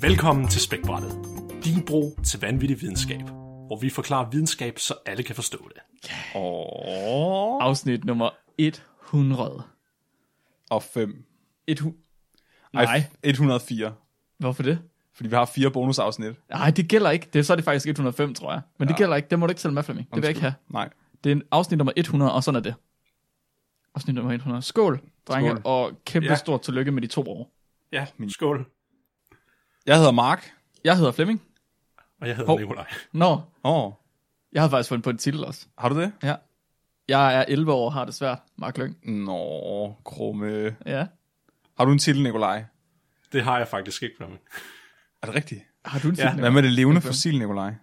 Velkommen til Spækbrættet. Din bro til vanvittig videnskab, hvor vi forklarer videnskab, så alle kan forstå det. Afsnit nummer 100. og 5. Et hu- Nej, 104. hvorfor det? Fordi vi har fire bonusafsnit. Nej, det gælder ikke. Det, så er det faktisk 105, tror jeg. Men det gælder ikke. Det må du ikke tælle med, Flemming. Det vil jeg ikke have. Nej. Det er en afsnit nummer 100, og sådan er det. Afsnit nummer 100. Skål, drenge, Skål. Skål. og kæmpe ja. Ja. stort tillykke med de to år. Ja, min skål. Jeg hedder Mark. Jeg hedder Flemming. Og jeg hedder Hov. Nikolaj. Nå, Åh, oh, jeg har faktisk fundet på en titel også. har du det? Ja. Jeg er 11 år og har det svært, Mark Lyng. Nå, krumme. Ja. Har du en titel, Nikolaj? Det har jeg faktisk ikke, Flemming. Er det rigtigt? Har du en titel? Ja. Hvad med det levende fossil, Nikolaj?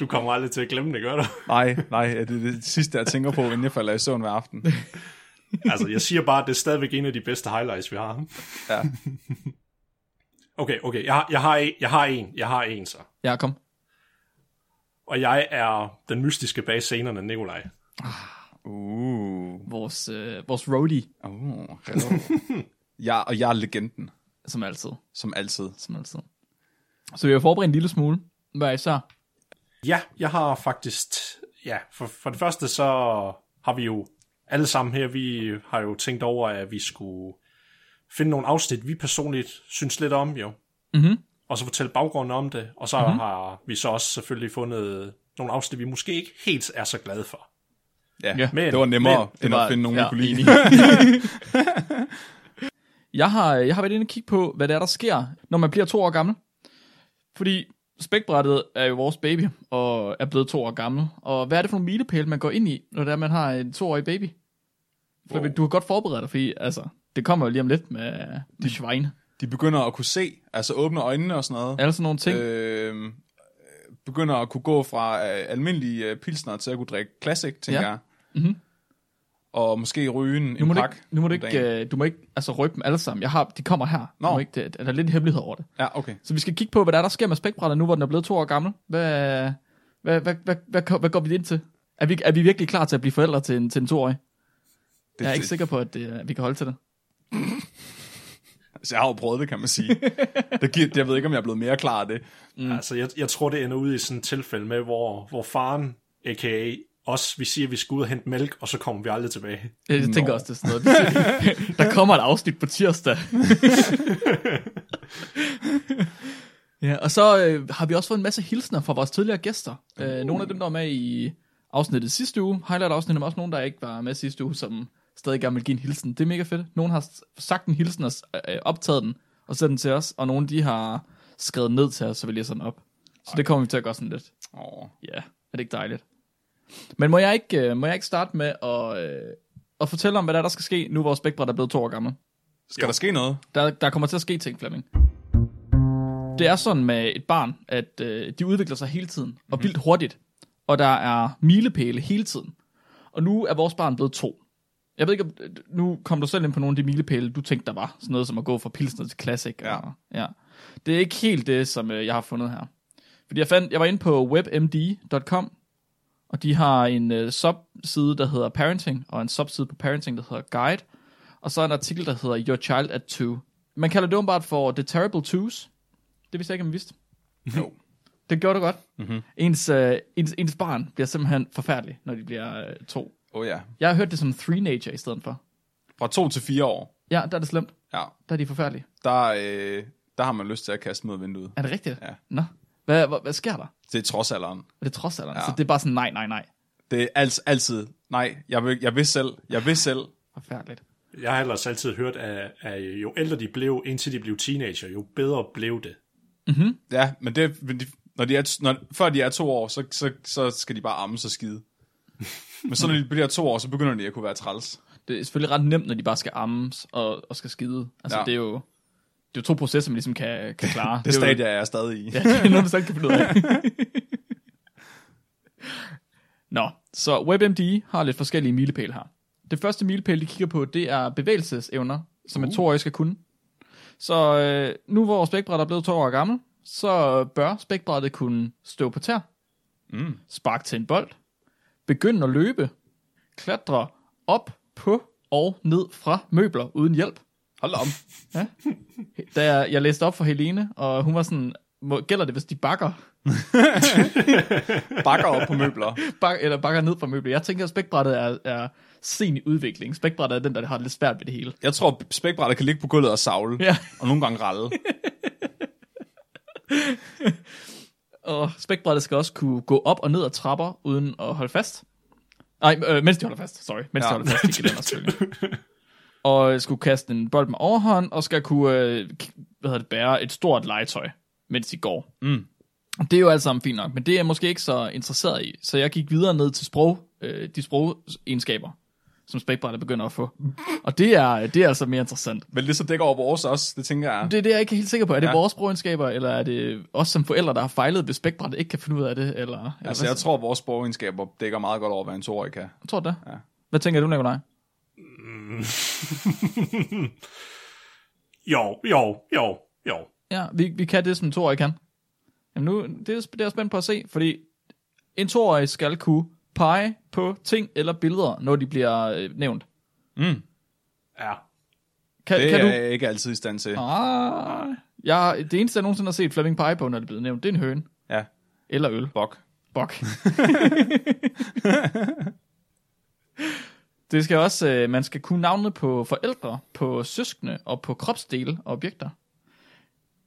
Du kommer aldrig til at glemme det, gør du? Nej, nej, det er det sidste, jeg tænker på, inden jeg falder i søvn hver aften. Altså, jeg siger bare, at det er stadigvæk en af de bedste highlights, vi har. Ja. Okay, okay, jeg, har- jeg, har, en, jeg har en, jeg har en så. Ja, kom. Og jeg er den mystiske bag scenerne, Nikolaj. Uh. Vores, øh, vores roadie, uh. jeg, og jeg er legenden, som altid. som altid. Som altid. Så vi har forberedt en lille smule. Hvad er så? Ja, jeg har faktisk... Ja, for, for det første så har vi jo alle sammen her, vi har jo tænkt over, at vi skulle finde nogle afsnit, vi personligt synes lidt om jo. Mhm. Og så fortælle baggrunden om det. Og så mm-hmm. har vi så også selvfølgelig fundet nogle afsnit, vi måske ikke helt er så glade for. Ja, Ja. Men- det var nemmere, men- men, end var- at finde nogen, ja, ja, kunne lide. Jeg har, jeg har været inde og kigge på, hvad det er, der sker, når man bliver to år gammel. Fordi spækbrættet er jo vores baby, og er blevet to år gammel. Og hvad er det for en milepæl, man går ind i, når det er, man har en toårig baby? For Wow. du har godt forberedt dig, fordi altså, det kommer jo lige om lidt med, Mm. med svine. De begynder at kunne se, altså åbne øjnene og sådan noget. Alle sådan nogle ting. Øh, øh, begynder at kunne gå fra øh, almindelige øh, pilsner til at kunne drikke classic, tænker Ja. Mhm. ja. jeg. Mm-hmm. Og måske ryge en, nu må, en du pakke. ikke, nu må du om ikke, dagen. øh, du må ikke altså, røbe dem alle sammen. Jeg har, de kommer her. Nå. Du må ikke, det, der er lidt hemmelighed over det. Ja, okay. Så vi skal kigge på, hvad der, er, der sker med spækbrættet nu, hvor den er blevet to år gammel. Hvad, hvad, hvad, hvad, hvad, hvad går vi ind til? Er vi, er vi virkelig klar til at blive forældre til en, til en toårig? Det, jeg er ikke det- sikker på, at, det, at vi kan holde til det. Altså, jeg har jo prøvet det, kan man sige. det giver, jeg ved ikke, om jeg er blevet mere klar af det. Mm. Altså, jeg, jeg tror, det ender ud i sådan et tilfælde med, hvor, hvor faren, a.k.a. os, vi siger, at vi skal ud og hente mælk, og så kommer vi aldrig tilbage. Jeg Nå. tænker også, det er sådan noget. Der kommer et afsnit på tirsdag. ja, og så øh, har vi også fået en masse hilsner fra vores tidligere gæster. Øh, nogle af dem, der var med i afsnittet sidste uge. Highlight afsnittet, men også nogle, der ikke var med sidste uge, som stadig gerne vil give en hilsen. Det er mega fedt. Nogle har s- sagt en hilsen og s- øh, optaget den, og sendt den til os. Og nogle, de har skrevet ned til os, så vi læser den op. Så det kommer vi til at gøre sådan lidt. Åh, Ja, er det ikke dejligt? Men må jeg ikke, øh, må jeg ikke starte med at, øh, at fortælle om, hvad der, er, der skal ske, nu hvor spækbræt er blevet to år gammel? skal jo. der ske noget? Der, der kommer til at ske ting, Flemming. Det er sådan med et barn, at øh, de udvikler sig hele tiden, og vildt hurtigt. Og der er milepæle hele tiden. Og nu er vores barn blevet to. Jeg ved ikke, om, nu kom du selv ind på nogle af de milepæle, du tænkte, der var. Sådan noget som at gå fra pilsner til classic. Ja. Og, ja. Det er ikke helt det, som øh, jeg har fundet her. Fordi jeg, fandt, jeg var inde på webmd.com, og de har en øh, subside, der hedder Parenting, og en subside på Parenting, der hedder Guide. Og så er der en artikel, der hedder Your Child at Two. Man kalder det åbenbart for The Terrible Twos. Det vidste jeg ikke, om man vidste. Jo. Det gjorde det godt. Mm-hmm. Ens, øh, ens, ens barn bliver simpelthen forfærdelig, når de bliver øh, to. Åh oh, ja. Jeg har hørt det som three-nature i stedet for. Fra to til fire år, Ja, der er det slemt. ja, Der er de forfærdelige. der, øh, der har man lyst til at kaste mod vinduet. Er det rigtigt? Ja. Nå. Hvad, hvad, hvad sker der? Det er trods alderen. Er det trods alderen? Ja. Ja. Så det er bare sådan, nej, nej, nej. Det er alt, altid, nej, jeg vil, jeg vil selv, jeg vil selv. Forfærdeligt. Jeg har ellers altid hørt, at, at jo ældre de blev, indtil de blev teenager, jo bedre blev det. Ja, men det, men de, når de er, når, før de er to år, så, så, så skal de bare amme sig skide. Men så når de bliver to år, så begynder de at kunne være træls. Det er selvfølgelig ret nemt, når de bare skal ammes og, og skal skide. Altså, Ja. ja. det er jo... Det er jo to processer, man ligesom kan, kan klare. Det er jo- stadie er jeg stadig i. Ja, det er noget, du selv kan finde ud af. Nå, så WebMD har lidt forskellige milepæle her. Det første milepæl, de kigger på, det er bevægelsesevner, som Uh. en toårig skal kunne. Så øh, nu hvor spækbrættet er blevet to år gammel, så bør spækbrættet kunne stå på tær, Mm. sparke til en bold, begynde at løbe, klatre op på og ned fra møbler uden hjælp. Hold da op. Da jeg, jeg læste op for Helene, og hun var sådan, "Må- gælder det, hvis de bakker? Bakker op på møbler. bak, eller bakker ned fra møblet. Jeg tænker, at spækbrættet er, er sen i udvikling. Spækbrættet er den, der har det lidt svært ved det hele. Jeg tror, spækbrættet kan ligge på gulvet og savle. Ja. Og nogle gange ralle. Og spækbrættet skal også kunne gå op og ned ad trapper, uden at holde fast. Nej, øh, mens de holder fast. Sorry, mens ja. Ja. de holder fast. i gelænder, selvfølgelig. og skulle kaste en bold med overhånd, og skal kunne øh, k- hvad hedder det, bære et stort legetøj, mens de går. Mm. Det er jo alt sammen fint nok, men det er jeg måske ikke så interesseret i. Så jeg gik videre ned til sprog, øh, de sprogegenskaber, som spækbrættet begynder at få. Og det er, det er altså mere interessant. Men det så dækker over vores også, det tænker jeg. Det er det, jeg ikke er helt sikker på. Er det Ja. ja. vores sprogindskaber, eller er det os som forældre, der har fejlet, hvis spækbrættet ikke kan finde ud af det? Eller, eller Altså, hvad- jeg tror, vores borgeregenskaber dækker meget godt over, hvad en toårig kan. tror du det? Ja. Ja. Hvad tænker du, Nikolaj? Jo, jo, jo, jo. Ja, vi, vi kan det, som en toårig kan. Jamen nu, det er, det er jeg spændt på at se, fordi en toårig skal kunne pege på ting eller billeder, når de bliver øh, nævnt. Mm. Ja. Kan, Det kan er du? jeg ikke altid i stand til. Ah, jeg, det eneste, jeg nogensinde har set Flemming pege på, når det er blevet nævnt, det er en høne. Ja. Eller øl. Bok. Bok. det skal også, øh, man skal kunne navne på forældre, på søskende og på kropsdele og objekter.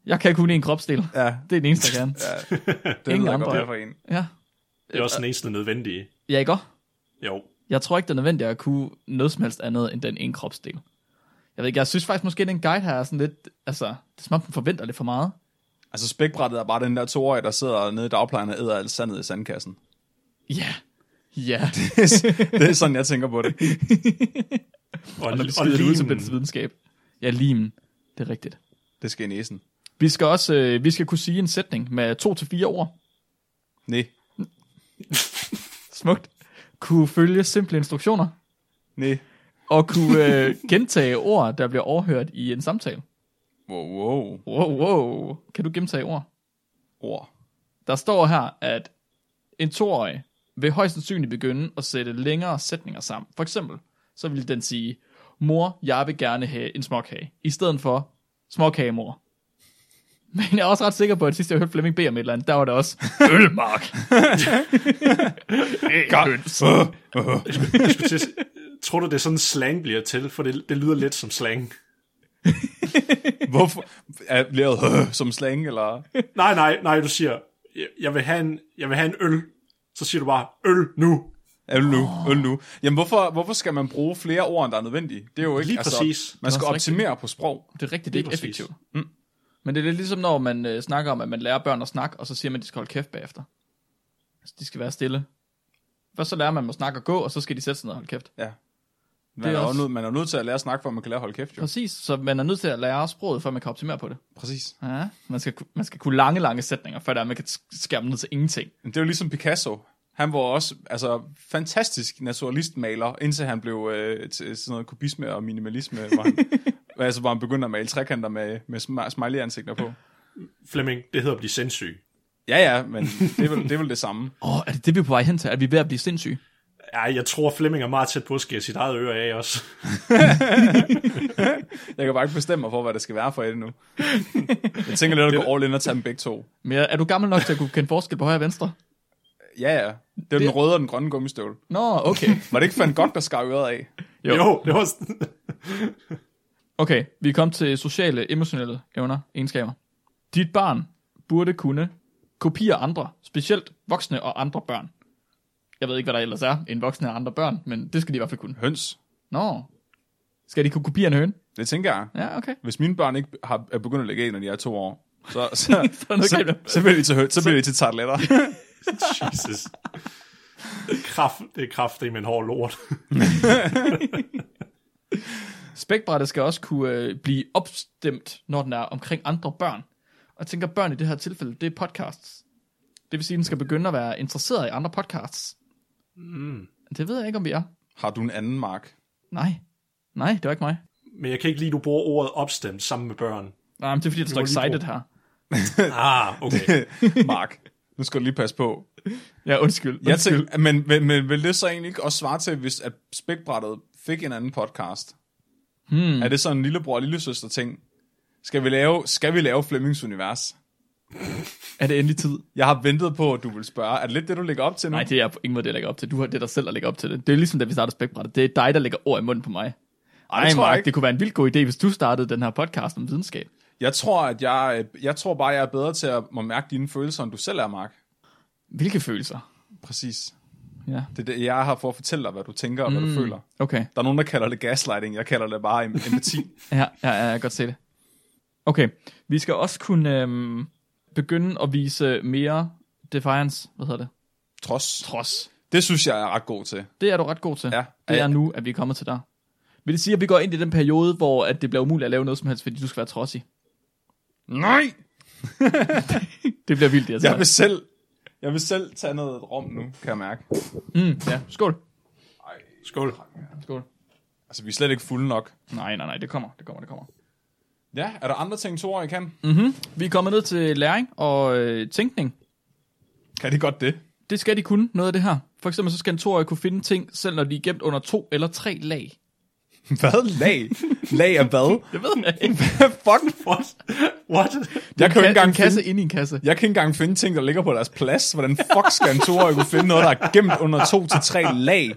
Jeg kan kun en kropsdel. Ja. Det er den eneste, jeg kan. Det Ingen Ingen jeg andre. godt, hvad for en. Ja. Det er også den eneste nødvendige. Ja, ikke også? Jo. Jeg tror ikke, det er nødvendigt at kunne noget som helst andet end den ene kropsdel. Jeg ved ikke, jeg synes faktisk måske, at den guide her er sådan lidt, altså, det er som om, den forventer lidt for meget. Altså, spækbrættet er bare den der toårige, der sidder nede i dagplejen og æder alt sandet i sandkassen. Ja. Ja. det er sådan, jeg tænker på det. Og, og, Når vi og skyder det ud til limen. dens videnskab. Ja, limen. Det er rigtigt. Det skal i næsen. Vi skal også øh, vi skal kunne sige en sætning med to til fire ord. Nej. Smukt. Kunne følge simple instruktioner. Nej. Og kunne øh, gentage ord, der bliver overhørt i en samtale. Wow, wow. Wow, wow. Kan du gentage ord? Ord. Der står her, at en toårig vil højst sandsynligt begynde at sætte længere sætninger sammen. For eksempel, så vil den sige, mor, jeg vil gerne have en småkage, i stedet for småkage, mor. Men jeg er også ret sikker på, at sidst jeg hørte Flemming B. om et eller andet, der var det også, ølmark. Godt. Jeg skulle til at s- Tror du, det er sådan slang bliver til? For det, det lyder lidt som slang. Hvorfor? Er, bliver det øh, som slang, eller? Nej, nej, nej, du siger, "Jeg- jeg vil have en, jeg vil have en øl. Så siger du bare, øl nu. Øl nu, øl nu. Jamen, hvorfor, hvorfor skal man bruge flere ord, end der er nødvendige? Det er jo ikke, altså, Lige præcis. Man skal også rigtigt. optimere på sprog. Det er rigtigt, det er ikke præcis. effektivt. Mm. Men det er lidt ligesom, når man øh, snakker om, at man lærer børn at snakke, og så siger man, at de skal holde kæft bagefter. Altså, de skal være stille. Først så lærer man dem at snakke og gå, og så skal de sætte sig ned og holde kæft. Ja. Man Det er, er er også... også- nødt, man er nødt til at lære at snakke, for at man kan lære at holde kæft, jo. Præcis, så man er nødt til at lære sproget, før man kan optimere på det. Præcis. Ja. Man, skal, ku- man skal kunne lange, lange sætninger, før der, man kan sk- skære dem ned til ingenting. Men Det er jo ligesom Picasso. Han var også altså, fantastisk naturalistmaler, indtil han blev øh, til sådan noget kubisme og minimalisme, hvor han, altså, hvor han begyndte at male trekanter med, med sm- smiley-ansigter på. Flemming, det hedder at blive sindssyg. Ja, ja, men det er vel det, er vel det samme. Åh, oh, er det det, vi er på vej hen til? Er vi ved at blive sindssyge? Ja, jeg tror, Flemming er meget tæt på at skære sit eget øre af også. Jeg kan bare ikke bestemme mig for, hvad det skal være for et nu. Jeg tænker lidt at gå all in og tage dem begge to. Men er er du gammel nok til at kunne kende forskel på højre og venstre? Ja, ja. Det er det... den røde og den grønne gummistøvle. Nå, okay. Var det ikke fandt godt, der skar øret af? Jo, jo det var... Okay, vi er kommet til sociale, emotionelle evner, egenskaber. Dit barn burde kunne kopiere andre, specielt voksne og andre børn. Jeg ved ikke, hvad der ellers er, en voksne og andre børn, men det skal de i hvert fald kunne. Høns. Nå, skal de kunne kopiere en høne? Det tænker jeg. Ja, okay. Hvis mine børn ikke har, er begyndt at lægge æg, når de er to år, så, så, er det så, så, ikke- så bliver de til, hø- så bliver de til tartletter. Jesus. Det er kraft, det er kraft, det er med en hård lort. Spækbrættet skal også kunne øh, blive opstemt, når den er omkring andre børn. Og jeg tænker, børn i det her tilfælde, det er podcasts. Det vil sige, at den skal begynde at være interesseret i andre podcasts. Mm. Det ved jeg ikke, om vi er. Har du en anden mark? Nej. Nej, det var ikke mig. Men jeg kan ikke lide, at du bruger ordet opstemt sammen med børn. Nej, men det er fordi, der står må lige excited bruge- her. Ah, okay. mark. Nu skal du lige passe på. Ja, undskyld. undskyld. Jeg tænker, men, men, men vil det så egentlig ikke også svare til, hvis at spækbrættet fik en anden podcast? Hmm. Er det sådan en lillebror og lillesøster ting? Skal vi lave, skal vi lave Flemmings Univers? Er det endelig tid? Jeg har ventet på, at du vil spørge. Er det lidt det, du lægger op til nu? Nej, det er på ingen måde det, jeg lægger op til. Du har det er dig selv, der lægger op til det. Det er ligesom, da vi startede spækbrættet. Det er dig, der lægger ord i munden på mig. Ej, jeg tror Mark. ikke, det kunne være en vild god idé, hvis du startede den her podcast om videnskab. Jeg tror, at jeg, øh, jeg tror bare, jeg er bedre til at må mærke dine følelser, end du selv er, Mark. Hvilke følelser? Præcis. Ja. Hmm. Det er det, jeg har for at fortælle dig, hvad du tænker og mm. hvad du føler. Okay. Der er nogen, der kalder det gaslighting. Jeg kalder det bare em- empati. Ja, ja, ja, jeg kan godt se det. Okay, vi skal også kunne øhm, begynde at vise mere defiance, hvad hedder det? Trods. Trods. Det synes jeg, jeg er ret god til. Det er du ret god til. Ja. Det Ja. er nu, at vi er kommet til dig. Vil det sige, at vi går ind i den periode, hvor at det bliver umuligt at lave noget som helst, fordi du skal være trodsig? Nej! Det bliver vildt, det jeg Jeg tror. vil selv, jeg vil selv tage noget rom nu, kan jeg mærke. Mm, ja, skål. Skål. Skål. Altså, vi er slet ikke fulde nok. Nej, nej, nej, det kommer, det kommer, det kommer. Ja, er der andre ting, Thor, jeg kan? Vi er kommet ned til læring og øh, tænkning. Kan det godt det? Det skal de kunne, noget af det her. For eksempel så skal en toårig kunne finde ting, selv når de er gemt under to eller tre lag. Hvad? Lag? Lag af hvad? Jeg ved jeg ikke. Fuck. What? What? Jeg kan jo ikke Ka- en engang kasse finde, ind i en kasse. jeg kan ikke engang finde ting, der ligger på deres plads. Hvordan fuck skal en Thor kunne finde noget, der er gemt under to til tre lag?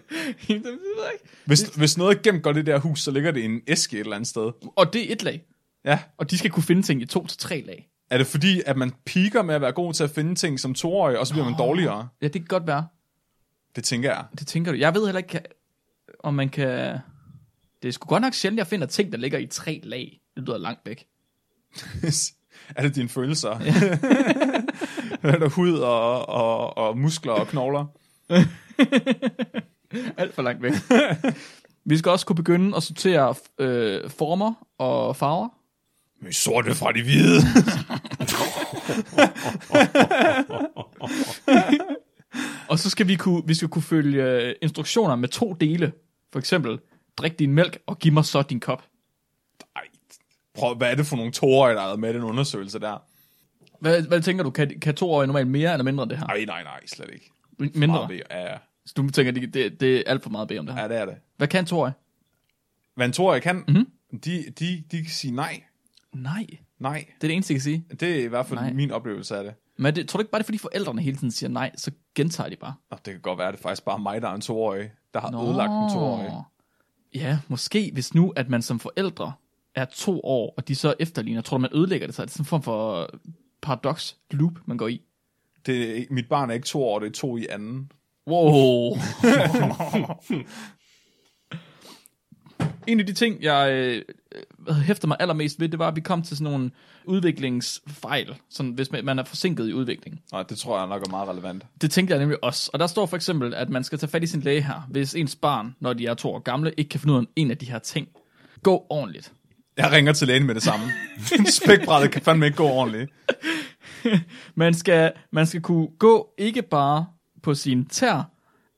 det ved jeg ikke. Hvis, hvis noget er gemt godt i det der hus, så ligger det i en æske et eller andet sted. Og det er et lag. Ja. Og de skal kunne finde ting i to til tre lag. Er det fordi, at man piker med at være god til at finde ting som toårig, og så bliver man dårligere? Ja, det kan godt være. Det tænker jeg. Det tænker du. Jeg ved heller ikke, om man kan... Det er sgu godt nok sjældent, jeg finder ting, der ligger i tre lag. Det lyder langt væk. er det dine følelser? er der hud og, og, og muskler og knogler? Alt for langt væk. Vi skal også kunne begynde at sortere øh, former og farver. Men sorte fra de hvide. Og så skal vi kunne, vi skal kunne følge øh, instruktioner med to dele. For eksempel, drik din mælk og giv mig så din kop. Ej, prøv, hvad er det for nogle toårige, der har været med i den undersøgelse der? Hvad, hvad tænker du, kan, kan to år normalt mere eller mindre end det her? Ej, nej, nej, slet ikke. mindre. Meget bedre. Ja, ja. Så du tænker, det, det, det er alt for meget at bede om det her. ja, det er det. Hvad kan to år? Hvad en toårig kan, mm-hmm. de, de, de kan sige nej. Nej, det Nej, er det eneste, jeg kan sige. det er i hvert fald Nej. nej. min oplevelse af det. Men det, tror du ikke bare, det er fordi forældrene hele tiden siger nej, så gentager de bare. Nå, det kan godt være, at det er faktisk bare mig, der er en toårig, der har Nå. ødelagt en toårig. Ja, måske hvis nu, at man som forældre er to år, og de så efterligner, tror du, man ødelægger det, så er det sådan en form for paradox loop, man går i. Det er, ikke- mit barn er ikke to år, det er to i anden. Wow. en af de ting, jeg øh, øh, hæfter mig allermest ved, det var, at vi kom til sådan nogle udviklingsfejl, sådan, hvis man man er forsinket i udviklingen. Nej, det tror jeg nok er meget relevant. Det tænkte jeg nemlig også. Og der står for eksempel, at man skal tage fat i sin læge her, hvis ens barn, når de er to år gamle, ikke kan finde ud af en af de her ting. Gå ordentligt. Jeg ringer til lægen med det samme. Spækbrættet kan fandme ikke gå ordentligt. Man skal, man skal kunne gå ikke bare på sin tær,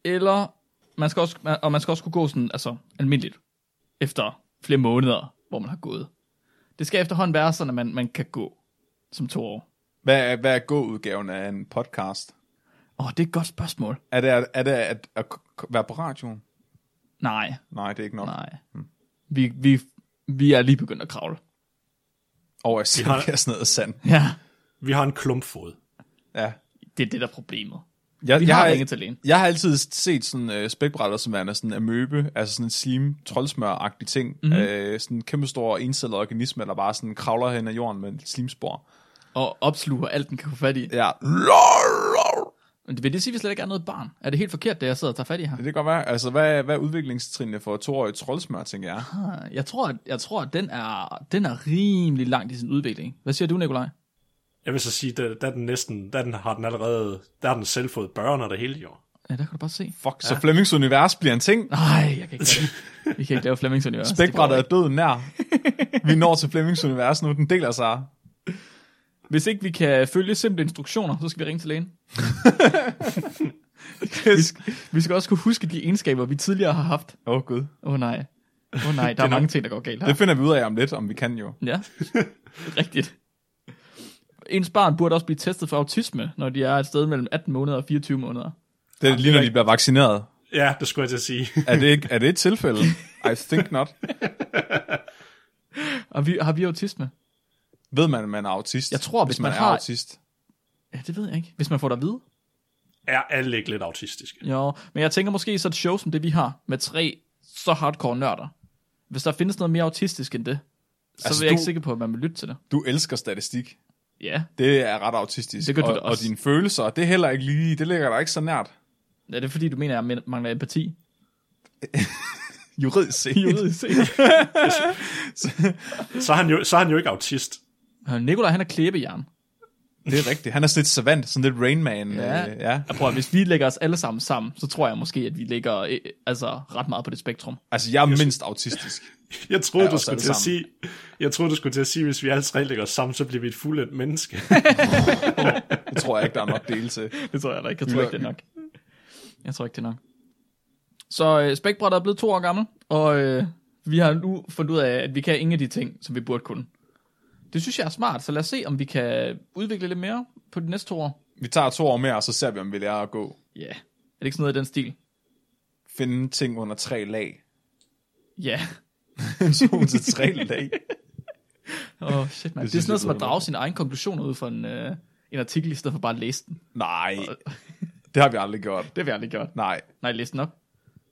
eller man skal også, og man skal også kunne gå sådan, altså, almindeligt efter flere måneder, hvor man har gået. Det skal efterhånden være sådan, at man, man kan gå som to år. Hvad er, hvad er gå-udgaven af en podcast? Åh, det er et godt spørgsmål. Er det, at- er det at, at k- være på radioen? Nej, Nej, det er ikke nok. Nej. nej. Vi, vi, vi er lige begyndt at kravle. Over i har- silkast ned ad sand. Ja, Vi har en klumpfod. Ja. det er det, der er problemet. Jeg, Vi jeg, har har, ringet til lægen. jeg har altid set sådan øh, spækbrætter som værende sådan en amøbe, altså sådan en slim troldsmør-agtig ting. Mhm. Mm-hmm. Øh, sådan en kæmpestor encellet organisme, der bare sådan kravler hen ad jorden med et slimspor. og opsluger alt, den kan få fat i. Ja. Lol. Men vil det sige, at vi slet ikke er noget barn? Er det helt forkert, det jeg sidder og tager fat i her? Det kan godt være. Altså, hvad, hvad er udviklingstrinene for toårige troldsmør, tænker jeg? Ah, Jeg tror, at, jeg tror, at den, er, den er rimelig langt i sin udvikling. Hvad siger du, Nikolaj? Jeg vil så sige, der, der, er den næsten, der er den, har den allerede, der har den selv fået børn og det hele jo. Ja, der kan du bare se. Fuck, så Flemmings univers bliver en ting. Nej, jeg kan ikke lave det. Vi kan ikke lave Flemmings Univers. Altså, Det Spækbrættet går er ikke. døden nær. Vi når til Flemmings univers nu, den deler sig. Hvis ikke vi kan følge simple instruktioner, så skal vi ringe til lægen. Vi skal også kunne huske de egenskaber, vi tidligere har haft. Åh oh, gud. Åh oh, nej. Åh oh, nej, der er mange ting, der går galt her. Det finder vi ud af om lidt, om vi kan jo. Ja, rigtigt. Ens barn burde også blive testet for autisme, når de er et sted mellem 18 måneder og 24 måneder. Det er lige når de bliver vaccineret. Ja, det skulle jeg til at sige. Er det, ikke, er det et tilfælde? I think not. Og vi, har vi autisme? Ved man, at man er autist? Jeg tror, hvis hvis man, man er har- autist. Ja, det ved jeg ikke. Hvis man får det at vide. er alle ikke lidt autistiske? Jo, men jeg tænker måske så et show som det, vi har, med tre så hardcore nørder. Hvis der findes noget mere autistisk end det, så Altså, altså, er jeg du- ikke sikker på, at man vil lytte til det. Du elsker statistik. Ja, Det er ret autistisk. Det gør du og, da også. og dine følelser, det er heller ikke lige, det ligger der ikke så nært. er det fordi, du mener, at jeg mangler empati? Juridisk set. Juridisk set. Så er han jo, så er han jo ikke autist. Øh, Nikolaj, han er klæbejern. Det er rigtigt. Han er sådan lidt savant, sådan lidt Rain Man. Ja. Øh, ja. Jeg prøver, hvis vi lægger os alle sammen sammen, så tror jeg måske, at vi ligger øh, altså, ret meget på det spektrum. Altså, jeg er mindst autistisk. Jeg troede, Ja, du os skulle alle til at sige, sammen. jeg troede, du skulle til at sige, hvis vi alle tre lægger os sammen, så bliver vi et fuldendt menneske. Det tror jeg ikke, der er nok dele til. Det tror jeg da ikke. Jeg tror ikke, det er nok. Jeg tror ikke, det er nok. Så øh, spækbrættet er blevet to år gammel, og øh, vi har nu fundet ud af, at vi kan ingen af de ting, som vi burde kunne. Det synes jeg er smart, så lad os se, om vi kan udvikle lidt mere på de næste to år. Vi tager to år mere, og så ser vi, om vi lærer at gå. Ja, yeah. er det ikke sådan noget i den stil? Finde ting under tre lag. Ja. to til tre lag. Åh, oh, shit, man. Det, det er synes sådan noget jeg som at lyder drage sine egne konklusioner ud fra en, øh, en artikel, i stedet for bare at læse den. Nej, det har vi aldrig gjort. Det har vi aldrig gjort. Nej, Nej, læs den op.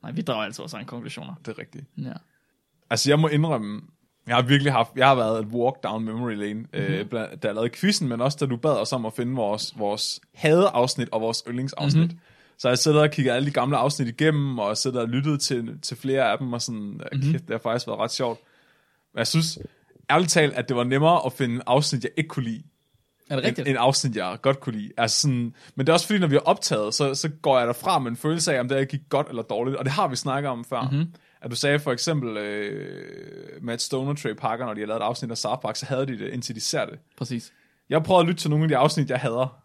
Nej, vi drager altså vores egne konklusioner. det er rigtigt. Ja. Altså, jeg må indrømme, jeg har virkelig haft, jeg har været et walk down memory lane, mm-hmm. øh, blandt, da jeg lavede quizzen, men også da du bad os om at finde vores, vores hadeafsnit og vores yndlingsafsnit. Mm-hmm. Så jeg sidder og kigger alle de gamle afsnit igennem, og sidder og lyttede til, til flere af dem, og sådan, mm-hmm. kæft, det har faktisk været ret sjovt. Men jeg synes, ærligt talt, at det var nemmere at finde afsnit, jeg ikke kunne lide, Er det rigtigt? en, en afsnit, jeg godt kunne lide. Altså sådan, men det er også fordi, når vi har optaget, så, så går jeg derfra med en følelse af, om det her gik godt eller dårligt. Og det har vi snakket om før. Mhm. Mm-hmm. At du sagde for eksempel, øh, Matt Stone og Trey Parker, når de har lavet et afsnit af South Park, så havde de det, indtil de ser det. Præcis. Jeg prøvede at lytte til nogle af de afsnit, jeg hader.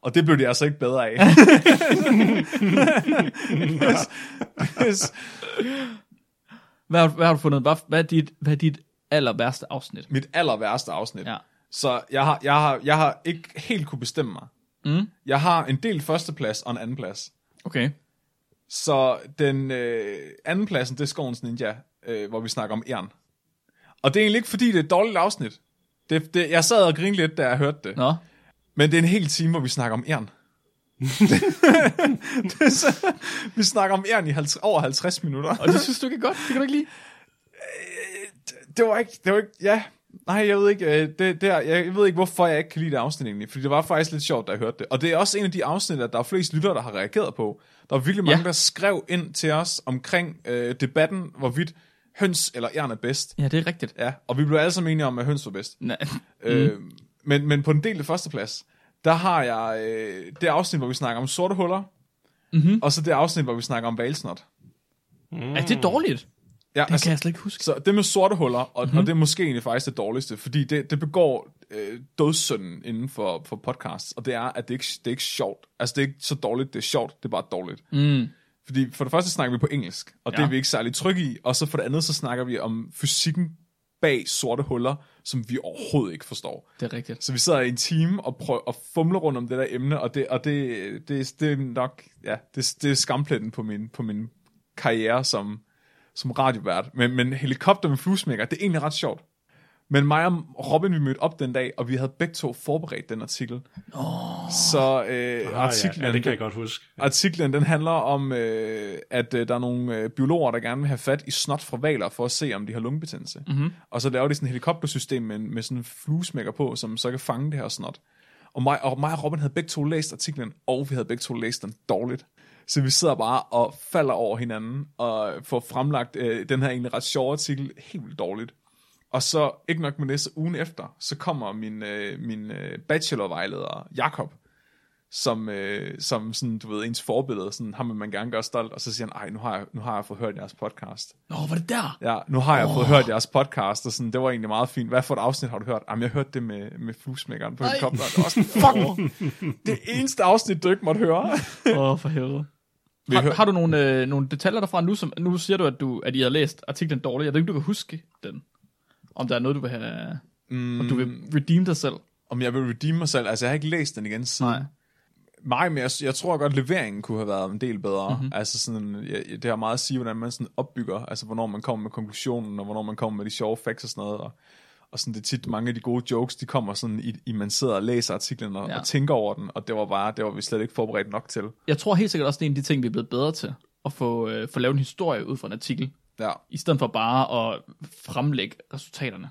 Og det blev de altså ikke bedre af. Yes. Yes. Hvad, har- hvad har du fundet? Hvad, hvad, er dit, hvad er dit aller værste afsnit? Mit aller værste afsnit. Ja. Så jeg har, jeg, har, jeg har ikke helt kunne bestemme mig. Mm. Jeg har en del førsteplads og en andenplads. Okay. Så den øh, anden pladsen, det er Skovens Ninja, øh, hvor vi snakker om æren. Og det er egentlig ikke, fordi det er et dårligt afsnit. Det, det, jeg sad og grinede lidt, da jeg hørte det. Nå, Men det er en hel time, hvor vi snakker om æren. det er så, vi snakker om æren i 50, over 50 minutter. og det synes du ikke er godt? Det kan du ikke lide? det var ikke, det var ikke, ja, nej, jeg ved ikke, øh, det, det er, jeg ved ikke, hvorfor jeg ikke kan lide det afsnit egentlig, fordi det var faktisk lidt sjovt, da jeg hørte det. Og det er også en af de afsnit, at der er flest lyttere, der har reageret på. Der var virkelig mange, Ja. ja. der skrev ind til os omkring øh, debatten, hvorvidt høns eller ærn er bedst. Ja, det er rigtigt. Ja, og vi blev alle sammen enige om, at høns var bedst. Nej. Mm. Øh, men, men på den del af førsteplads, der har jeg øh, det afsnit, hvor vi snakker om sorte huller, mm-hmm. og så det afsnit, hvor vi snakker om valsnot. Er det dårligt? Ja, altså, Det kan jeg slet ikke huske. Så det med sorte huller, og, mm-hmm. og det er måske egentlig faktisk det dårligste, fordi det, det begår øh, dødssynden inden for, for podcasts, og det er, at det ikke det er ikke sjovt. Altså, det er ikke så dårligt, det er sjovt, det er bare dårligt. Mm. Fordi for det første snakker vi på engelsk, og ja. det Ja. er vi ikke særlig trygge i, og så for det andet, så snakker vi om fysikken bag sorte huller, som vi overhovedet ikke forstår. Det er rigtigt. Så vi sidder i en time og prøver at fumle rundt om det der emne, og det, og det, det, det er nok, ja, det, det er skampletten på min, på min karriere som, som radiovært. Men, men helikopter med fluesmækker, det er egentlig ret sjovt. Men mig og Robin, vi mødte op den dag, og vi havde begge to forberedt den artikel. Oh. Så øh, Ah, artiklen, ja, ja, det kan jeg godt huske. artiklen, den handler om, øh, at øh, der er nogle øh, biologer, der gerne vil have fat i snot fra valer, for at se, om de har lungebetændelse. Mm-hmm. Og så laver de sådan et helikoptersystem med, en- med sådan en fluesmækker på, som så kan fange det her snot. Og mig, og mig og Robin havde begge to læst artiklen, og vi havde begge to læst den dårligt. Så vi sidder bare og falder over hinanden, og får fremlagt øh, den her egentlig ret sjove artikel helt vildt dårligt. Og så, ikke nok med det, så ugen efter, så kommer min, øh, min øh, bachelorvejleder, Jakob, som, øh, som sådan, du ved, ens forbillede, sådan, ham vil man gerne gøre stolt, og så siger han, ej, nu har jeg, nu har jeg fået hørt jeres podcast. Nå, var det der? Ja, nu har jeg oh. fået hørt jeres podcast, og sådan, det var egentlig meget fint. Hvad for et afsnit har du hørt? Jamen, jeg hørte det med, med fluesmækkeren på Ej. helikopteren. Det var sådan, fuck, det eneste afsnit, du ikke måtte høre. Åh, oh, for helvede. Vi Har, hører- har du nogle, øh, nogle detaljer derfra nu? Som, nu siger du, at, du, at I har læst artiklen dårligt. Jeg ved ikke, om du kan huske den. Om der er noget, du vil have... Mm. Om du vil redeem dig selv. Om jeg vil redeem mig selv, altså jeg har ikke læst den igen siden. Nej. Nej, men jeg, jeg tror godt, leveringen kunne have været en del bedre. Mhm. Mm-hmm. Altså sådan, jeg, jeg- det har meget at sige, hvordan man sådan opbygger, altså hvornår man kommer med konklusionen, og hvornår man kommer med de sjove facts og sådan noget. Og, og sådan det er tit mange af de gode jokes, de kommer sådan, i, i man sidder og læser artiklen og, Ja. ja. og tænker over den, og det var bare, det var vi slet ikke forberedt nok til. Jeg tror helt sikkert også, det er en af de ting, vi er blevet bedre til. At få, øh, få lavet en historie ud fra en artikel. Ja, I stedet for bare at fremlægge resultaterne.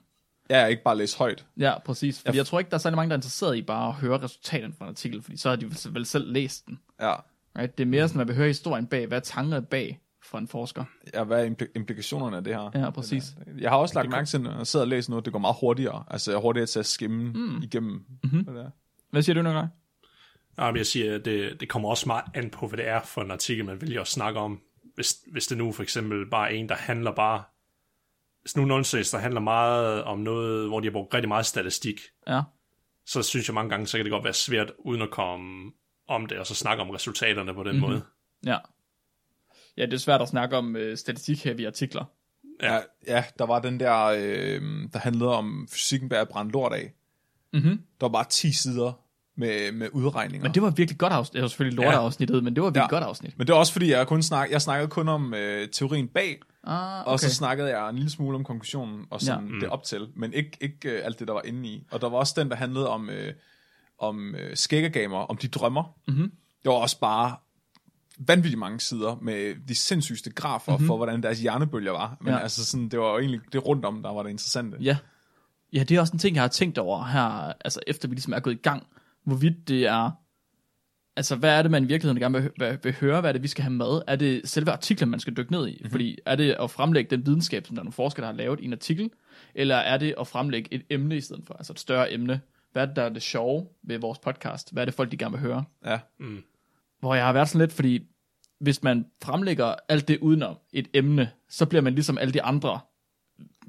jeg er ikke bare læst højt. Ja, præcis. Fordi jeg tror ikke, der er særlig mange, der er interesseret i bare at høre resultaterne fra en artikel. Fordi så har de vel- vel selv læst den. Ja, Right? Det er mere sådan, at man vil høre historien bag. Hvad er tankerne bag for en forsker? ja hvad er impl- implikationerne af det her? Ja, præcis. Jeg har også lagt mærke til, når jeg sidder og læser noget, det går meget hurtigere. Altså jeg er hurtigere til at skimme mm. igennem. Mhm. Mm-hmm. Hvad siger du, Nicolaj? Nej, men jeg siger, at det, det kommer også meget an på, hvad det er for en artikel, man vælger at snakke om. Hvis, hvis det nu for eksempel bare er en, der handler bare... Hvis nu en undersøgelse, der handler meget om noget, hvor de har brugt rigtig meget statistik, Ja. så synes jeg mange gange, så kan det godt være svært, uden at komme om det, og så snakke om resultaterne på den Mhm. mm-hmm. måde. Ja. Ja, det er svært at snakke om øh, statistik her i artikler. Ja, ja, der var den der, øh, der handlede om fysikken bag at brænde lort af. Mm-hmm. Der var bare 10 sider med, med udregninger. Men det var et virkelig godt afsnit. Det var selvfølgelig lort afsnittet, men det var et virkelig ja. godt afsnit. Men det er også fordi, jeg kun snak, jeg snakkede kun om øh, teorien bag, Ah, okay. Mm. og så snakkede jeg en lille smule om konklusionen, og sådan ja. det op til, men ikke, ikke øh, alt det, der var inde i. Og der var også den, der handlede om, øh, om øh, skæggegamer, om de drømmer. Mhm. Mm-hmm. Det var også bare vanvittigt mange sider med de sindssygeste grafer mm-hmm. for, hvordan deres hjernebølger var. Men Mhm. Ja. ja. altså sådan, det var jo egentlig det rundt om, der var det interessante. Ja. ja, det er også en ting, jeg har tænkt over her, altså efter vi ligesom er gået i gang, hvorvidt det er, altså hvad er det, man i virkeligheden gerne vil, vil, vil høre, hvad er det, vi skal have med? Er det selve artiklen, man skal dykke ned Mhm. i? Mm-hmm. Fordi er det at fremlægge den videnskab, som der er nogle forskere, der har lavet i en artikel, eller er det at fremlægge et emne i stedet for, altså et større emne? Hvad er det, der er det sjove ved vores podcast? Hvad er det, folk de gerne vil høre? Ja. hvor jeg har været sådan lidt, fordi hvis man fremlægger alt det udenom et emne, så bliver man ligesom alle de andre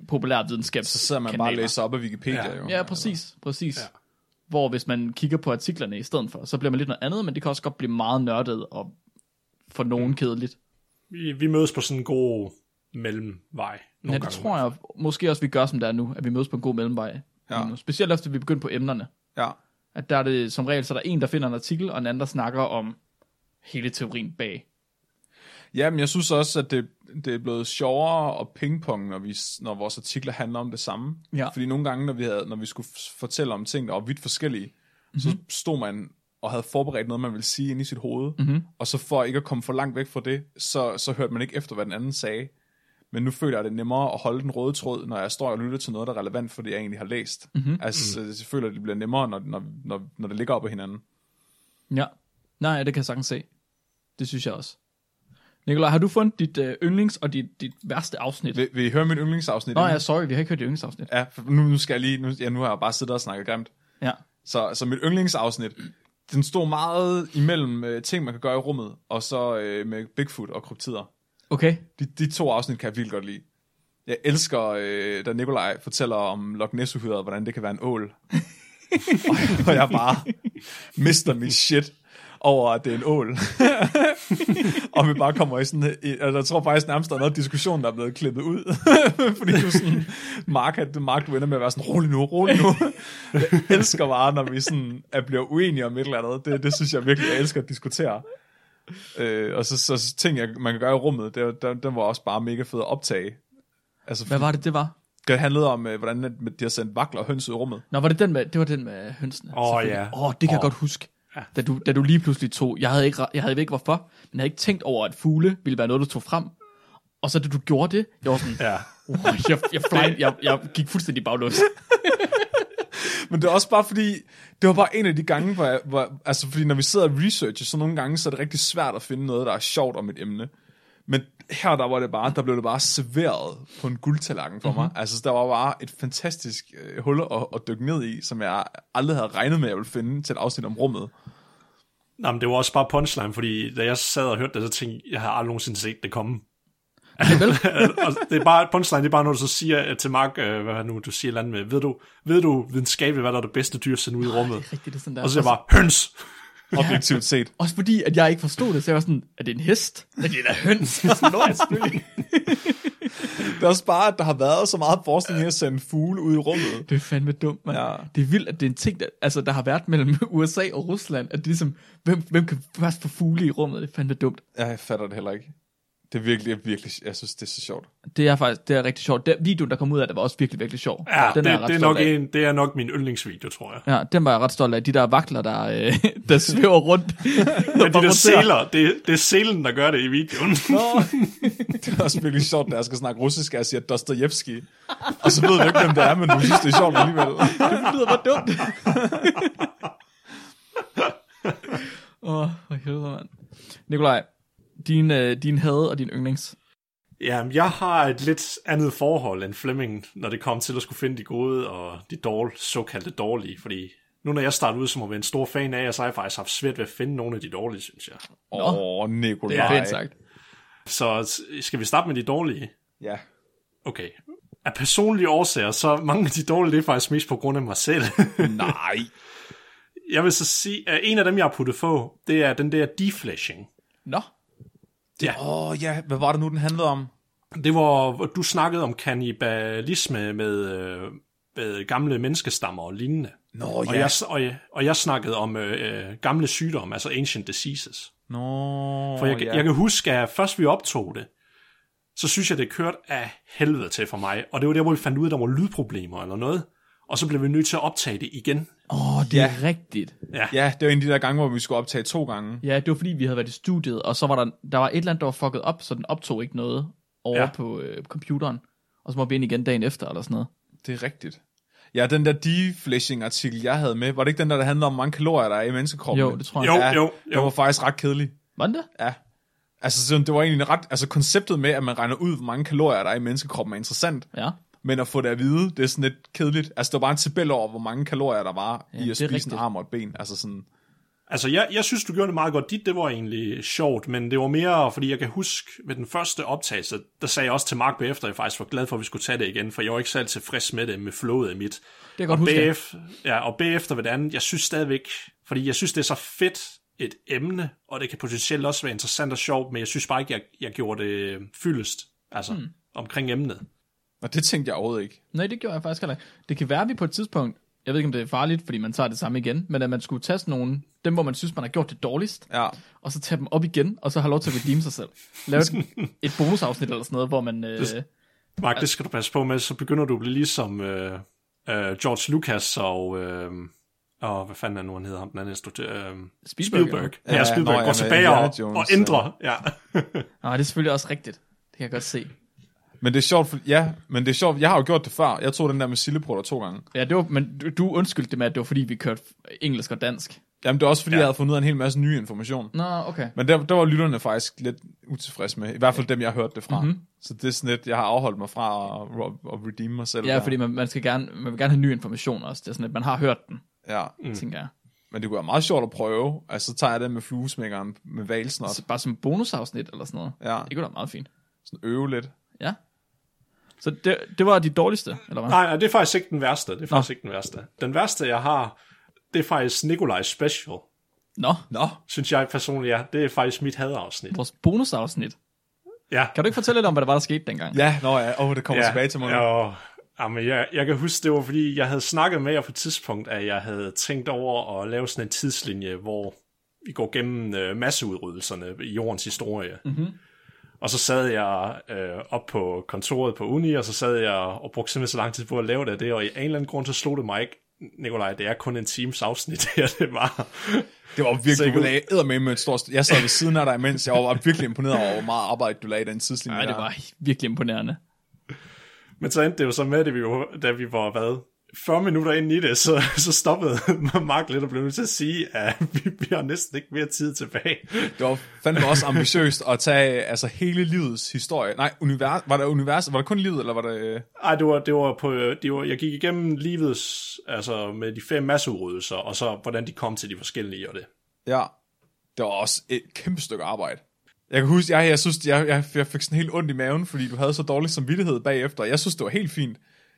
populære videnskabs Så sidder man bare og læser op af Wikipedia Ja. jo. Ja, præcis, præcis. Ja. Hvor hvis man kigger på artiklerne i stedet for, så bliver man lidt noget andet, men det kan også godt blive meget nørdet og for nogen kedeligt. Vi, vi mødes på sådan en god mellemvej. Nogle Ja, det gange. tror jeg måske også, vi gør, som der er nu, at vi mødes på en god mellemvej. Ja. Ja. Specielt efter vi begyndte på emnerne. Ja. At der er det som regel, så er der en, der finder en artikel, og en anden, der snakker om hele teorien bag. ja, men jeg synes også, at det, det er blevet sjovere at pingpong, når, vi, når vores artikler handler om det samme. Ja. Fordi nogle gange, når vi, havde, når vi skulle f- fortælle om ting, der var vidt forskellige, mm-hmm. Mhm. så stod man og havde forberedt noget, man ville sige ind i sit hoved, Mhm. mm-hmm. og så for ikke at komme for langt væk fra det, så, så hørte man ikke efter, hvad den anden sagde. Men nu føler jeg det er nemmere at holde den røde tråd, når jeg står og lytter til noget, der er relevant for det, jeg egentlig har læst. Mhm. Mm-hmm. Altså, mm. jeg føler, at det bliver nemmere, når, når, når, når det ligger op ad hinanden. Ja. Nej, det kan jeg sagtens se. Det synes jeg også. Nikolaj, har du fundet dit øh, yndlings- og dit, dit værste afsnit? Vil, vil I høre mit yndlingsafsnit? Nå inden? ja, sorry, vi har ikke hørt dit yndlingsafsnit. Ja, for nu, nu skal jeg lige, nu, ja, nu har jeg bare siddet og snakket grimt. Ja. Så, så mit yndlingsafsnit, den stod meget imellem øh, ting, man kan gøre i rummet, og så øh, med Bigfoot og kryptider. Okay. De, de to afsnit kan jeg vildt godt lide. Jeg elsker, øh, da Nikolaj fortæller om Loch ness og hvordan det kan være en ål. og, og jeg bare mister mit shit over, at det er en ål. og vi bare kommer i sådan... i- Altså, jeg tror faktisk nærmest, der er noget diskussion, der er blevet klippet ud. Fordi du sådan... Mark, at- Mark, du ender med at være sådan, rolig nu, rolig nu. Jeg elsker bare, når vi sådan er, bliver uenige om et eller andet. Det, det synes jeg virkelig, jeg elsker at diskutere. Øh, og så, så, så ting, jeg, man kan gøre i rummet, det, den, den var også bare mega fed at optage. Altså, Hvad var det, det var? det handlede om, øh, hvordan at de har sendt vakler og høns ud i rummet. Nå, var det den med, det var den med hønsene? Åh, selvfølgelig. ja. Åh, oh, det kan oh. jeg godt huske. Da du, da du lige pludselig tog, jeg havde ikke, re- jeg havde ikke hvorfor, men jeg havde ikke tænkt over, at fugle ville være noget, du tog frem. Og så da du gjorde det, jeg var sådan, Ja. oh, jeg, jeg, flying, jeg, jeg gik fuldstændig baglås. Men det er også bare fordi, det var bare en af de gange, hvor, jeg, hvor altså fordi når vi sidder og researcher, så nogle gange, så er det rigtig svært at finde noget, der er sjovt om et emne. Men her, der var det bare, der blev det bare serveret på en guldtallerken for mig. Mm-hmm. Altså, der var bare et fantastisk øh, hul at, at dykke ned i, som jeg aldrig havde regnet med, at jeg ville finde til et afsnit om rummet. Nej, men det var også bare punchline, fordi da jeg sad og hørte det, så tænkte jeg, jeg har aldrig nogensinde set det komme. Ja, vel? og det er bare, punchline, det er bare, når du så siger øh, til Mark, øh, hvad er det nu, du siger land med, ved du, ved du videnskabeligt, hvad der er det bedste dyr at sende ud i rummet? Det er rigtigt, det er sådan der. Og så siger jeg bare, høns! objektivt set. Også fordi, at jeg ikke forstod det, så jeg var sådan, er det en hest? Er det er da høns? Det er sådan, "Nå, selvfølgelig." Det er også bare, at der har været så meget forskning her at sende fugle ud i rummet. det er fandme dumt, mand. Ja. Det er vildt, at det er en ting, der, altså, der har været mellem USA og Rusland, at det er ligesom, hvem, hvem kan først få fugle i rummet? Det er fandme dumt. Jeg fatter det heller ikke. Det er virkelig, jeg, virkelig, jeg synes, det er så sjovt. Det er faktisk det er rigtig sjovt. Den videoen, der kom ud af det, var også virkelig, virkelig sjov. Ja, den det, er jeg ret det, er stolt nok af. en, det er nok min yndlingsvideo, tror jeg. Ja, den var jeg ret stolt af. De der vakler, der, øh, der svæver rundt. Men de der sæler, det, det er sælen, der gør det i videoen. Det er også virkelig sjovt, når jeg skal snakke russisk, og jeg siger Dostojevski. Og så ved du ikke, hvem det er, men du synes, det er sjovt alligevel. Det lyder bare dumt. Åh, oh, for helvede, mand. Nikolaj, din, øh, din had og din yndlings. Jamen, jeg har et lidt andet forhold end Flemming, når det kom til at skulle finde de gode og de dårlige, såkaldte dårlige, fordi nu når jeg starter ud som at være en stor fan af jer, så har jeg faktisk haft svært ved at finde nogle af de dårlige, synes jeg. Åh, oh, Det er Nikolaj. pænt sagt. Så s- skal vi starte med de dårlige? Ja. Okay. Af personlige årsager, så mange af de dårlige, det er faktisk mest på grund af mig selv. Nej. jeg vil så sige, at en af dem, jeg har puttet på, det er den der deflashing. Nå, Åh, oh, ja. Hvad var det nu, den handlede om? Det var, hvor du snakkede om kannibalisme med, øh, med gamle menneskestammer og lignende. Nå, Og, jeg, og, jeg, og jeg snakkede om øh, øh, gamle sygdomme, altså ancient diseases. Nå, For jeg, ja. jeg kan huske, at først vi optog det, så synes jeg, det kørte af helvede til for mig. Og det var der, hvor vi fandt ud af, at der var lydproblemer eller noget. Og så blev vi nødt til at optage det igen. Åh, oh, det er rigtigt. Ja, det var en af de der gange, hvor vi skulle optage to gange. Ja, det var fordi, vi havde været i studiet, og så var der, der var et eller andet, der var fucket op, så den optog ikke noget over ja. Ja. på øh, computeren. Og så må vi ind igen dagen efter, eller sådan noget. Det er rigtigt. Ja, den der deflashing-artikel, jeg havde med, var det ikke den der, der handlede om, hvor mange kalorier der er i menneskekroppen? Jo, det tror jeg. Jo, ja, jo, jo. Den var faktisk ret kedelig. Var det? Ja. Altså, sådan, det var egentlig en ret... Altså, konceptet med, at man regner ud, hvor mange kalorier der er i menneskekroppen, er interessant. Ja. Men at få det at vide, det er sådan lidt kedeligt. Altså, der var bare en tabel over, hvor mange kalorier der var ja, det i er at spise en rigtigt. arm og et ben. Altså sådan... Altså, jeg, jeg synes, du gjorde det meget godt. Dit, det var egentlig sjovt, men det var mere, fordi jeg kan huske ved den første optagelse, der sagde jeg også til Mark bagefter, at jeg faktisk var glad for, at vi skulle tage det igen, for jeg var ikke selv tilfreds med det, med flowet i mit. kan jeg og godt huske, ja. bagef- ja, og bagefter ved det andet, jeg synes stadigvæk, fordi jeg synes, det er så fedt et emne, og det kan potentielt også være interessant og sjovt, men jeg synes bare ikke, jeg, jeg gjorde det fyldest, altså Hmm. mm. omkring emnet. Og det tænkte jeg overhovedet ikke. Nej, det gjorde jeg faktisk heller ikke. Det kan være, at vi på et tidspunkt, jeg ved ikke, om det er farligt, fordi man tager det samme igen, men at man skulle tage sådan nogle, dem hvor man synes, man har gjort det dårligst, Ja. og så tage dem op igen, og så have lov til at redeem sig selv. Lave et, et bonusafsnit eller sådan noget, hvor man... Øh, Mark, det skal du passe på med, så begynder du at blive ligesom øh, øh, George Lucas og, øh, og hvad fanden er nu, han hedder ham, den anden instruktør? Øh, Spielberg. Spielberg. Ja, Ja, ja, ja Spielberg nå, går ja, med tilbage Indiana og, Jones, og ændrer. Ja. nej, det er selvfølgelig også rigtigt. Det kan jeg godt se. Men det er sjovt, for, ja, men det er sjovt, jeg har jo gjort det før. Jeg tog den der med sillepotter to gange. Ja, det var, men du, du undskyldte det med, at det var fordi, vi kørte engelsk og dansk. Jamen, det er også fordi, ja. jeg havde fundet ud af en hel masse nye information. Nå, okay. Men der, der var lytterne faktisk lidt utilfredse med. I hvert fald dem, jeg hørte det fra. Mhm. Mm-hmm. Så det er sådan lidt, jeg har afholdt mig fra at, at redeem mig selv. Ja, der. fordi man, man, skal gerne, man vil gerne have ny information også. Det er sådan, at man har hørt den, Ja, mm. tænker jeg. men det kunne være meget sjovt at prøve. Altså, så tager jeg den med fluesmækkeren, med valsnot, Så bare som bonusafsnit eller sådan noget. Ja. Det kunne da være meget fint. sådan øve lidt. Ja. Så det, det var de dårligste, eller hvad? Nej, nej, det er faktisk ikke den værste. Det er faktisk ikke den værste. Den værste, jeg har, det er faktisk Nikolaj Special, Nå, Nå, synes jeg personligt er. Det er faktisk mit hadafsnit. vores bonusafsnit. Ja. Kan du ikke fortælle lidt om, hvad der var, der skete dengang? ja, nå ja, åh, oh, det kommer ja. tilbage til mig nu. Ja. Og, jamen, jeg, jeg kan huske, det var fordi, jeg havde snakket med jer på et tidspunkt, at jeg havde tænkt over at lave sådan en tidslinje, hvor vi går gennem øh, masseudryddelserne i jordens historie. Mhm. Mm-hmm. Og så sad jeg øh, op på kontoret på uni, og så sad jeg og brugte simpelthen så lang tid på at lave det, af det og i en eller anden grund, så slog det mig ikke, Nikolaj, det er kun en times afsnit, det her det var. Det var virkelig, Så jeg du kunne- lagde eddermame med et stort... st- Jeg sad ved siden af dig imens, jeg var virkelig imponeret over, hvor meget arbejde du lagde i den tidslinje. Nej, det der. var virkelig imponerende. Men så endte det jo så med, at vi jo, da vi var, hvad, 40 minutter ind i det, så, så stoppede Mark lidt og blev nødt til at sige, at vi, vi har næsten ikke mere tid tilbage. Det var fandme også ambitiøst at tage altså, hele livets historie. Nej, univers, var det univers, var det kun livet, eller var det... øh, Ej, det var, det var på, øh, det var, jeg gik igennem livets, altså med de fem masseudryddelser, og så hvordan de kom til de forskellige og det. Ja, Det var også et kæmpe stykke arbejde. Jeg kan huske, jeg, jeg synes, jeg, jeg, jeg fik sådan helt ondt i maven, fordi du havde så dårlig samvittighed bagefter. Jeg synes, det var helt fint.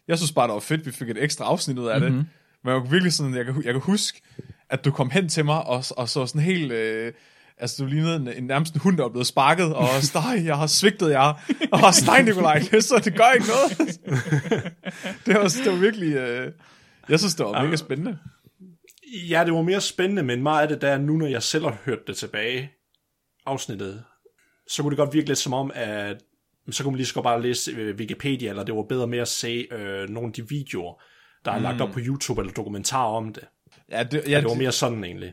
Jeg synes bare, det var fedt, vi fik et ekstra afsnit ud af Mhm. det. Mm-hmm. Men jeg kan virkelig sådan, jeg kan, jeg kan huske, at du kom hen til mig, og, og så sådan helt... Øh, Altså, du lignede en, en, nærmest en hund, der var blevet sparket, og nej, jeg har svigtet jer. Og nej, Nikolaj, så det gør ikke noget. det, var, det var virkelig... Øh, jeg synes, det var mega spændende. Ja, det var mere spændende, men meget af det der, nu når jeg selv har hørt det tilbage, afsnittet, så kunne det godt virke lidt som om, at så kunne man lige så godt bare læse øh, Wikipedia, eller det var bedre med at se øh, nogle af de videoer, der er Mm. lagt op på YouTube, eller dokumentarer om det. Ja, det, Ja, ja, det var det, mere sådan egentlig.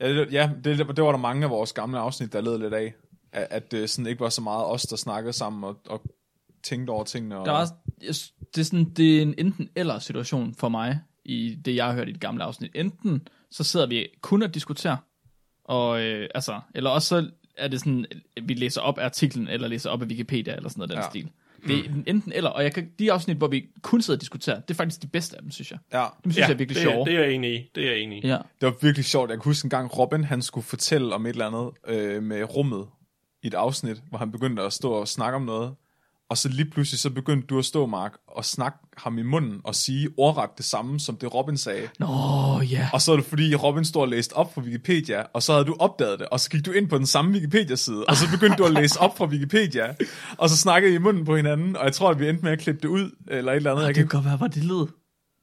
ja, det, ja det, det var der mange af vores gamle afsnit, der led lidt af. At, at det sådan ikke var så meget os, der snakkede sammen og, og tænkte over tingene. Og, Der var, jeg, s- det, er sådan, det er en enten eller situation for mig, i det jeg har hørt i det gamle afsnit. Enten så sidder vi kun og diskuterer, og, øh, altså, eller også så er det sådan, at vi læser op af artiklen, eller læser op af Wikipedia, eller sådan noget af den Ja. ja. stil. Det er enten eller, og jeg kan, de afsnit, hvor vi kun sidder og diskuterer, det er faktisk de bedste af dem, synes jeg. ja. Dem synes ja, jeg er virkelig det, sjove. Det er jeg enig i. Det er jeg enig i. Ja. Det var virkelig sjovt. Jeg kan huske en gang, Robin han skulle fortælle om et eller andet øh, med rummet i et afsnit, hvor han begyndte at stå og snakke om noget. Og så lige pludselig, så begyndte du at stå, Mark, og snakke ham i munden og sige ordret det samme, som det Robin sagde. Nå, ja. Og så er det fordi, Robin står og læste op fra Wikipedia, og så havde du opdaget det, og så gik du ind på den samme Wikipedia-side, og så begyndte du at læse op fra Wikipedia, og så snakkede I i munden på hinanden, og jeg tror, at vi endte med at klippe det ud, eller et eller andet. Jeg Det kan kan godt være, var det led.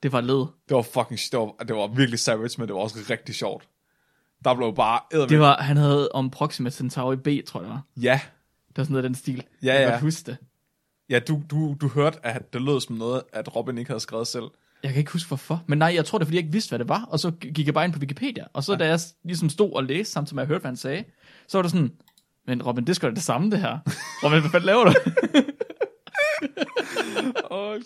Det var led. det var fucking det var, det var virkelig savage, men det var også rigtig sjovt. Der blev bare Det eddermame- var, han havde om Proxima Centauri B, tror jeg det var. Ja, Det var sådan noget af den stil. Ja, jeg kan ja. godt huske det. ja du, du, du hørte, at det lød som noget, at Robin ikke havde skrevet selv. Jeg kan ikke huske hvorfor. Men nej, jeg tror det er, fordi jeg ikke vidste, hvad det var. Og så gik jeg bare ind på Wikipedia. Og så ja. da jeg s- ligesom stod og læste, samtidig med at jeg hørte, hvad han sagde, så var det sådan, men Robin, det skal da det samme, det her. Robin, hvad fanden laver du? Åh, oh,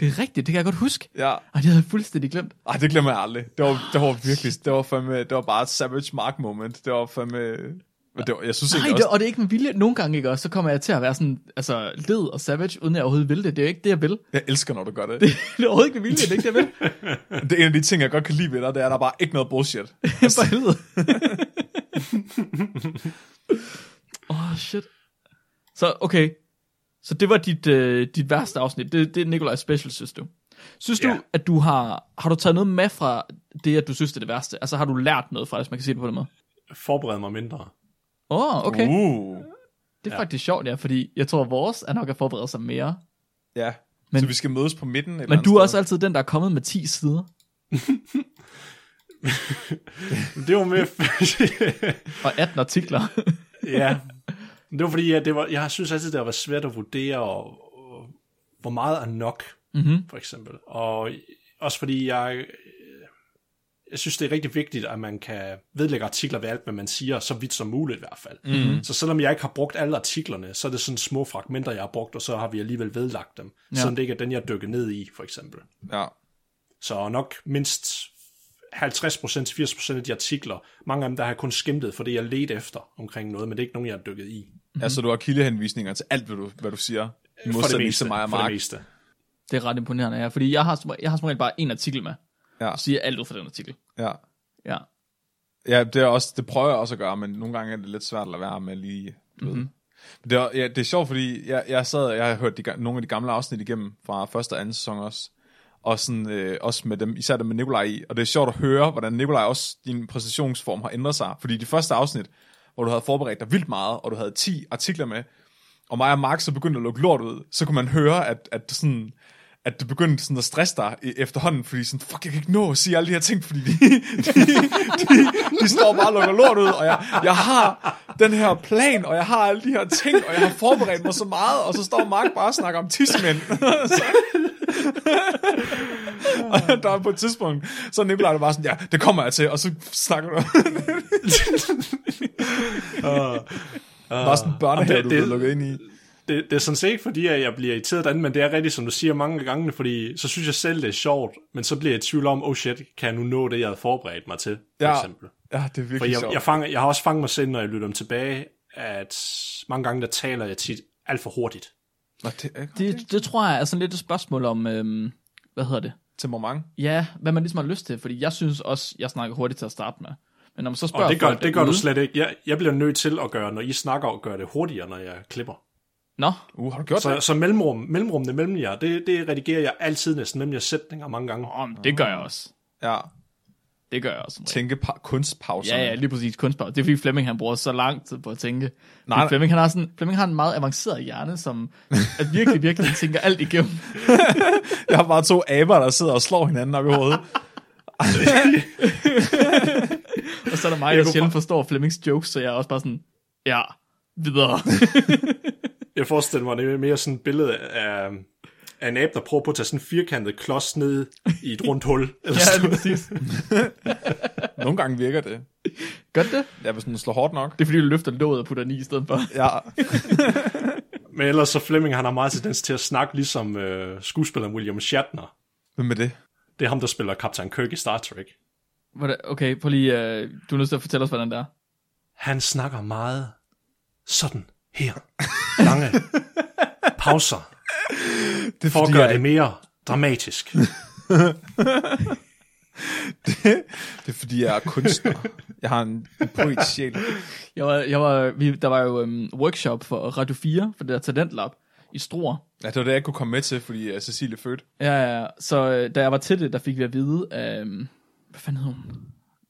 det er rigtigt, det kan jeg godt huske. Ja, Og det havde jeg fuldstændig glemt. Ej, det glemmer jeg aldrig. Det var, det var virkelig, det var, fandme, det var bare et savage mark moment. Det var fandme... Men det var, jeg synes Nej, ikke det, også... og det er ikke med vilje. Nogle gange, ikke også, så kommer jeg til at være sådan, altså, led og savage, uden jeg overhovedet vil det. Det er jo ikke det, jeg vil. Jeg elsker, når du gør det. Det er overhovedet ikke med vilje, det er ikke det, jeg vil. Det er en af de ting, jeg godt kan lide ved dig, det er, at der er bare ikke noget bullshit. For helvede. Åh, oh, shit. Så, okay. Så det var dit, øh, dit værste afsnit. Det, det er Nikolajs special, synes du. Synes Ja. du, at du har, har du taget noget med fra det, at du synes, det er det værste? Altså, har du lært noget fra det, hvis man kan sige det på den måde? Forbered mig mindre. Åh, oh, okay. Uh. Uh. Det er faktisk sjovt, ja, fordi jeg tror, vores er nok at forberede sig mere. Ja, men, Men- så vi skal mødes på midten. et eller Men andet du er sted. også altid den, der er kommet med 10 sider. Men Det var med... Og 18 artikler. ja. Men Det var fordi, jeg, det var, jeg synes altid, det har været svært at vurdere, og, og, hvor meget er nok, mm-hmm. for eksempel. Og også fordi jeg... øh, Jeg synes, det er rigtig vigtigt, at man kan vedlægge artikler ved alt, hvad man siger, så vidt som muligt i hvert fald. Mm. Så selvom jeg ikke har brugt alle artiklerne, så er det sådan små fragmenter, jeg har brugt, og så har vi alligevel vedlagt dem. Ja. Ja. Selvom det ikke er den, jeg dykker ned i, for eksempel. Ja. Mhm. Så nok mindst 50-80% af de artikler, mange af dem, der har jeg kun skimtet for det, jeg ledte efter omkring noget, men det er ikke nogen, jeg har dykket i. Mm-hmm. Altså, du har kildehenvisninger til alt, hvad du, hvad du siger. I For det modsætning meste. til mig og For det Mark. meste. Det er ret imponerende, ja. Fordi jeg har, som- jeg har som regel bare en artikel med. Ja. Og siger alt ud fra den artikel. Ja. Ja. ja, det, er også, det prøver jeg også at gøre, men nogle gange er det lidt svært at lade være med lige... Du mm-hmm. ved. Men Det er, ja, det er sjovt, fordi jeg, jeg sad og jeg har hørt de, ga- nogle af de gamle afsnit igennem fra første og anden sæson også. Og sådan, øh, også med dem, især dem med Nikolaj i. Og det er sjovt at høre, hvordan Nikolaj også, din præsentationsform har ændret sig. Fordi de første afsnit, hvor du havde forberedt dig vildt meget, og du havde 10 artikler med, og mig og Mark så begyndte at lukke lort ud, så kunne man høre, at, at det sådan at det begyndte sådan at stresse dig i- efterhånden, fordi sådan, fuck, jeg kan ikke nå at sige alle de her ting, fordi de, de, de, de står bare og lukker lort ud, og jeg, jeg har den her plan, og jeg har alle de her ting, og jeg har forberedt mig så meget, og så står Mark bare og snakker om tidsmænd. Så- og der er på et tidspunkt, så Nicolaj er det bare sådan, ja, det kommer jeg til, og så snakker du. Bare sådan en børnehave, det- du det- bliver lukket ind i. Det, det er sådan set ikke fordi, at jeg bliver irriteret derinde, men det er rigtigt, som du siger mange gange, fordi så synes jeg selv, det er sjovt, men så bliver jeg i tvivl om, oh shit, kan jeg nu nå det, jeg havde forberedt mig til, for Ja. eksempel. Ja, det er For virkelig jeg, sjovt. jeg, fanger, jeg har også fanget mig selv, når jeg lytter dem tilbage, at mange gange, der taler jeg tit alt for hurtigt. Nå, det er Det, det tror jeg er sådan lidt et spørgsmål om, øhm, hvad hedder det? temperament. Ja, hvad man ligesom har lyst til, fordi jeg synes også, jeg snakker hurtigt til at starte med. Men når man så spørger Og det gør, folk det gør Mhm. du derude- slet ikke. Jeg, jeg bliver nødt til at gøre, når I snakker, og gøre det hurtigere, når jeg klipper. Nå, Uh, har du gjort Så, det? så mellemrum, mellemrummene mellem jer, det, det redigerer jeg altid næsten, mellem jeres sætninger mange gange. oh, men det gør jeg også. Ja. Det gør jeg også. som regel. Tænke pa- kunstpauser. Ja, ja, lige præcis kunstpause. Det er fordi Flemming, han bruger så lang tid på at tænke. Nej, Nej, nej. Flemming, han har sådan, Flemming har en meget avanceret hjerne, som at virkelig, virkelig tænker alt igennem. Jeg har bare to aber, der sidder og slår hinanden op i hovedet. Og så er der mig, der sjældent forstår Flemmings jokes, så jeg er også bare sådan, ja, videre. Jeg forestiller mig, det er mere sådan et billede af, af en abe, der prøver på at tage sådan en firkantet klods ned i et rundt hul. Eller ja, sådan. lige præcis. Nogle gange virker det. Gør det? Ja, hvis den slår hårdt nok. Det er fordi, du løfter låget og putter den i i stedet for. Ja, Men ellers så Flemming, han har meget tendens til at snakke ligesom øh, skuespilleren William Shatner. hvem er det? Det er ham, der spiller Kaptajn Kirk i Star Trek. Hvordan- Okay, prøv lige, øh, du er nødt til at fortælle os, hvordan det er. Han snakker meget sådan her. Lange pauser. Det er For at fordi, gøre jeg, det mere dramatisk. det er, fordi jeg er kunstner. Jeg har en en poet sjæl. Jeg var, jeg var, vi, der var jo øhm, workshop for Radio 4, for det der talentlab, i Struer. Ja, det var det, jeg ikke kunne komme med til, fordi uh, Cecilie født. Ja, ja, så øh, da jeg var til det, der fik vi at vide, øhm, hvad fanden hed hun?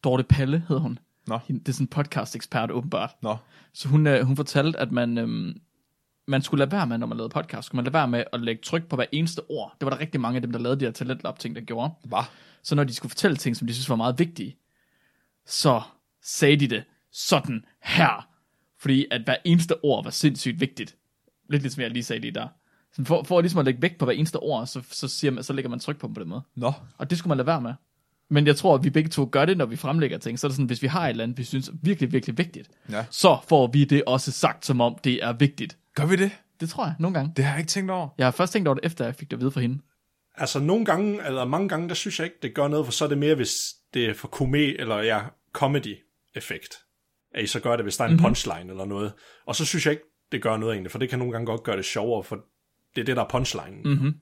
Dorte Palle hed hun. Nå. Hende- Det er sådan en podcast ekspert åbenbart. Nå. Så hun, øh, hun fortalte, at man, øhm, man skulle lade være med, når man lavede podcast, skulle man lade være med at lægge tryk på hver eneste ord. Det var der rigtig mange af dem, der lavede de her talentlab-ting, der gjorde. Hva? Så når de skulle fortælle ting, som de synes var meget vigtige, så sagde de det sådan her. Fordi at hver eneste ord var sindssygt vigtigt. Lidt ligesom jeg lige sagde lige der. Så for, for ligesom at lægge vægt på hver eneste ord, så, så, siger man, så lægger man tryk på dem på den måde. Nå. Og det skulle man lade være med. Men jeg tror, at vi begge to gør det, når vi fremlægger ting. Så er det sådan, hvis vi har et eller andet, vi synes er virkelig, virkelig vigtigt, Ja. så får vi det også sagt, som om det er vigtigt. Gør vi det? Det tror jeg, nogle gange. Det har jeg ikke tænkt over. Jeg har først tænkt over det, efter jeg fik det at vide fra hende. Altså nogle gange, eller mange gange, der synes jeg ikke, det gør noget, for så er det mere, hvis det er for komé, eller ja, comedy-effekt. At I så gør det, hvis der er en punchline eller noget. Og så synes jeg ikke, det gør noget egentlig, for det kan nogle gange godt gøre det sjovere, for det er det, der er punchline. Mhm.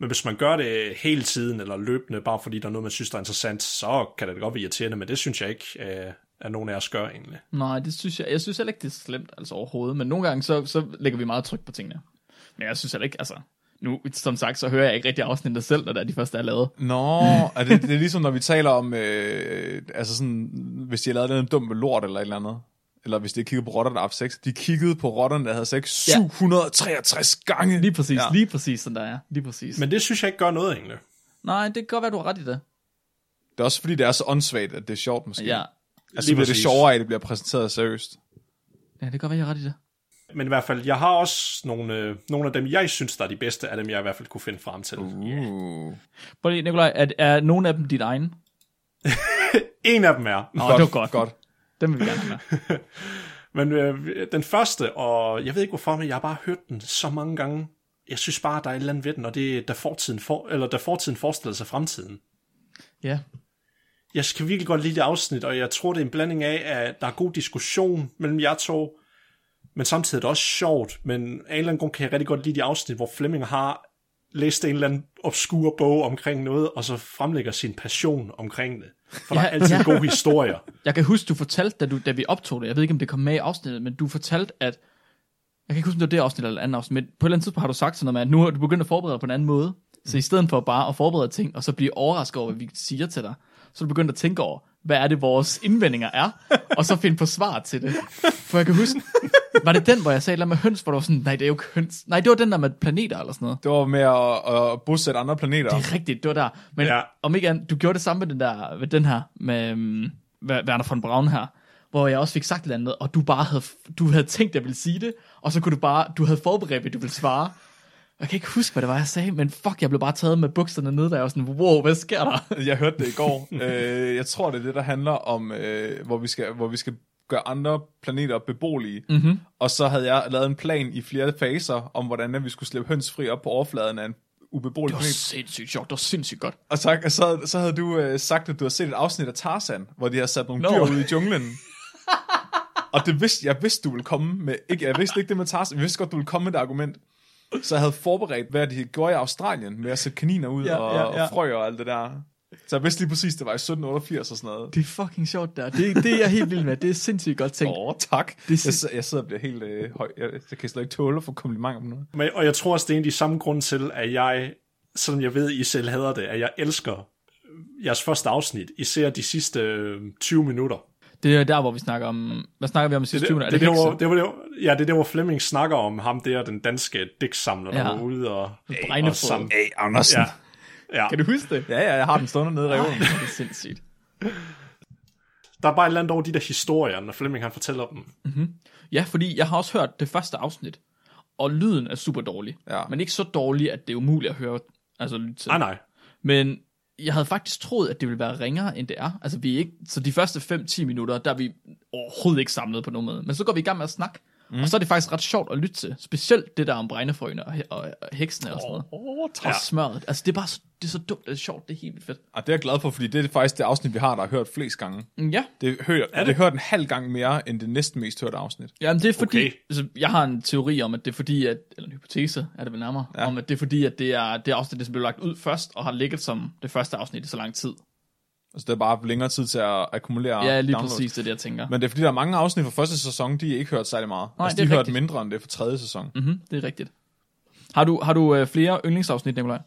Men hvis man gør det hele tiden, eller løbende, bare fordi der er noget, man synes, der er interessant, så kan det da godt være irriterende, men det synes jeg ikke, øh, at nogen af os gør egentlig. Nej, det synes jeg. Jeg synes heller ikke, det er slemt altså overhovedet, men nogle gange så, så lægger vi meget tryk på tingene. Men jeg synes heller ikke, altså... Nu, som sagt, så hører jeg ikke rigtig afsnittet selv, når det er de første, der er lavet. Nå, er det, det er ligesom, når vi taler om, øh, altså sådan, hvis de har lavet noget dumt med lort eller et eller andet. Eller hvis de har kigget på rotter, der har haft sex. De kiggede på rotterne, der havde sex 763 gange. Lige præcis, Ja. ja. lige præcis, som der er. Lige præcis. Men... Men det synes jeg ikke gør noget egentlig. Nej, det kan godt være, du har ret i det. Det er også fordi, det er så åndssvagt, at det er sjovt måske. Ja. altså, lige det bliver det præcis. sjovere, af, at det bliver præsenteret seriøst. ja, det kan godt være, jeg har ret i det. Men i hvert fald, jeg har også nogle, øh, nogle af dem, jeg synes, der er de bedste, af dem, jeg i hvert fald kunne finde frem til. Uh. Prøv lige, Nikolaj, er, er nogen af dem dit egen? Åh, En af dem er, oh, det var godt. Godt. Dem vil vi gerne have med. Men øh, den første, og jeg ved ikke hvorfor, men jeg har bare hørt den så mange gange. Jeg synes bare, der er et eller andet ved den, og det er, da fortiden, for, eller da fortiden forestiller sig fremtiden. Ja. Jeg kan virkelig godt lide det afsnit, og jeg tror, det er en blanding af, at der er god diskussion mellem jer to, men samtidig er det også sjovt, men af en eller anden grund kan jeg rigtig godt lide de afsnit, hvor Flemming har læst en eller anden obskur bog omkring noget, og så fremlægger sin passion omkring det. For der er Ja, altid ja. gode historier. Jeg kan huske, du fortalte, da, du, da vi optog det, jeg ved ikke, om det kom med i afsnittet, men du fortalte, at, jeg kan ikke huske, om det var det afsnit eller andet afsnit, men på et eller andet tidspunkt har du sagt sådan noget med, at nu har du begyndt at forberede dig på en anden måde, så i stedet for bare at forberede ting, og så blive overrasket over, hvad vi siger til dig, så er du begyndt at tænke over, hvad er det, vores indvendinger er, og så finde på svar til det. For jeg kan huske, var det den, hvor jeg sagde et eller andet med høns, hvor du var sådan, nej, det er jo ikke høns. Nej, det var den der med planeter eller sådan noget. Det var med at, at bosætte andre planeter. Det er rigtigt, det var der. Men Ja. ja. om ikke andet, du gjorde det samme med den, der, med den her, med um, Werner von Braun her, hvor jeg også fik sagt et eller andet, og du bare havde, du havde tænkt, at jeg ville sige det, og så kunne du bare, du havde forberedt, at du ville svare. Jeg kan ikke huske, hvad det var, jeg sagde, men fuck, jeg blev bare taget med bukserne ned, der jeg var sådan, wow, hvad sker der? Jeg hørte det i går. øh, jeg tror, det er det, der handler om, øh, hvor, vi skal, hvor vi skal gøre andre planeter beboelige. Mhm. Mm-hmm. Og så havde jeg lavet en plan i flere faser om, hvordan at vi skulle slippe høns fri op på overfladen af en ubeboelig Det var planet. sindssygt sjovt, det var sindssygt godt. Og så, så, så havde du øh, sagt, at du havde set et afsnit af Tarzan, hvor de har sat nogle Nå. no. dyr ud i junglen. Og det vidste, jeg vidste, du ville komme med. Ikke, jeg vidste ikke det med Tarzan, jeg vidste godt, du ville komme med det argument. Så jeg havde forberedt, hvad de gjorde i Australien med at sætte kaniner ud ja, og, ja, ja. og frøer og alt det der. Så jeg vidste lige præcis, det var i 1788 og sådan noget. Det er fucking sjovt der. Det, det er jeg helt vild med. Det er sindssygt godt tænkt. Åh, oh, tak. Det Det er jeg, si- jeg sidder og bliver helt øh, høj. Jeg, jeg kan slet ikke tåle at få komplimenter om noget. Men, og jeg tror også, det er en af de samme grunde til, at jeg, selvom jeg ved, I selv hader det, at jeg elsker jeres første afsnit, især de sidste øh, 20 minutter. Det er der, hvor vi snakker om... Hvad snakker vi om i sidste Det, uge? det, Er det, det, det, var, hekse? det, var, det var, ja, det er der, hvor Flemming snakker om ham der, den danske digtsamler, der Ja. ja. var ude og... Bregnefold. og sam- Hey, Andersen. Ja. Ja. ja. Kan du huske det? ja, ja, jeg har den stående nede i Ej, reolen. det er sindssygt. Der er bare et eller andet over de der historier, når Flemming han fortæller dem. Ja, fordi jeg har også hørt det første afsnit, og lyden er super dårlig. Ja. Men ikke så dårlig, at det er umuligt at høre. Altså, lytte til. Nej, Ah, nej. Men jeg havde faktisk troet, at det ville være ringere, end det er. Altså, vi er ikke, så de første 5-10 minutter, der er vi overhovedet ikke samlet på nogen måde. Men så går vi i gang med at snakke. Mm. Og så er det faktisk ret sjovt at lytte til. Specielt det der om bregnefrøene og, he- og, og heksene og sådan noget. Oh, Og smørret. Altså, det er bare så, det er så dumt, og det er sjovt, det er helt vildt fedt. Og det er jeg glad for, fordi det er faktisk det afsnit, vi har, der har hørt flest gange. Mm, Ja, Det er, hørt, er det? det er hørt en halv gang mere, end det næsten mest hørte afsnit. Jamen det er fordi, okay. Okay. altså, jeg har en teori om, at det er fordi, at, eller en hypotese er det vel nærmere, ja. om at det er fordi, at det er det afsnit, der blev lagt ud først, og har ligget som det første afsnit i så lang tid. Altså, det er bare haft længere tid til at akkumulere Ja, lige downloads. præcis det, er det jeg tænker. Men, Men det er fordi, der er mange afsnit fra første sæson, de er ikke hørt særlig meget. Nej, altså, det de er har hørt rigtigt. mindre end det fra tredje sæson. Mm. mm-hmm, det er rigtigt. Har du, har du øh, flere yndlingsafsnit, Nikolaj?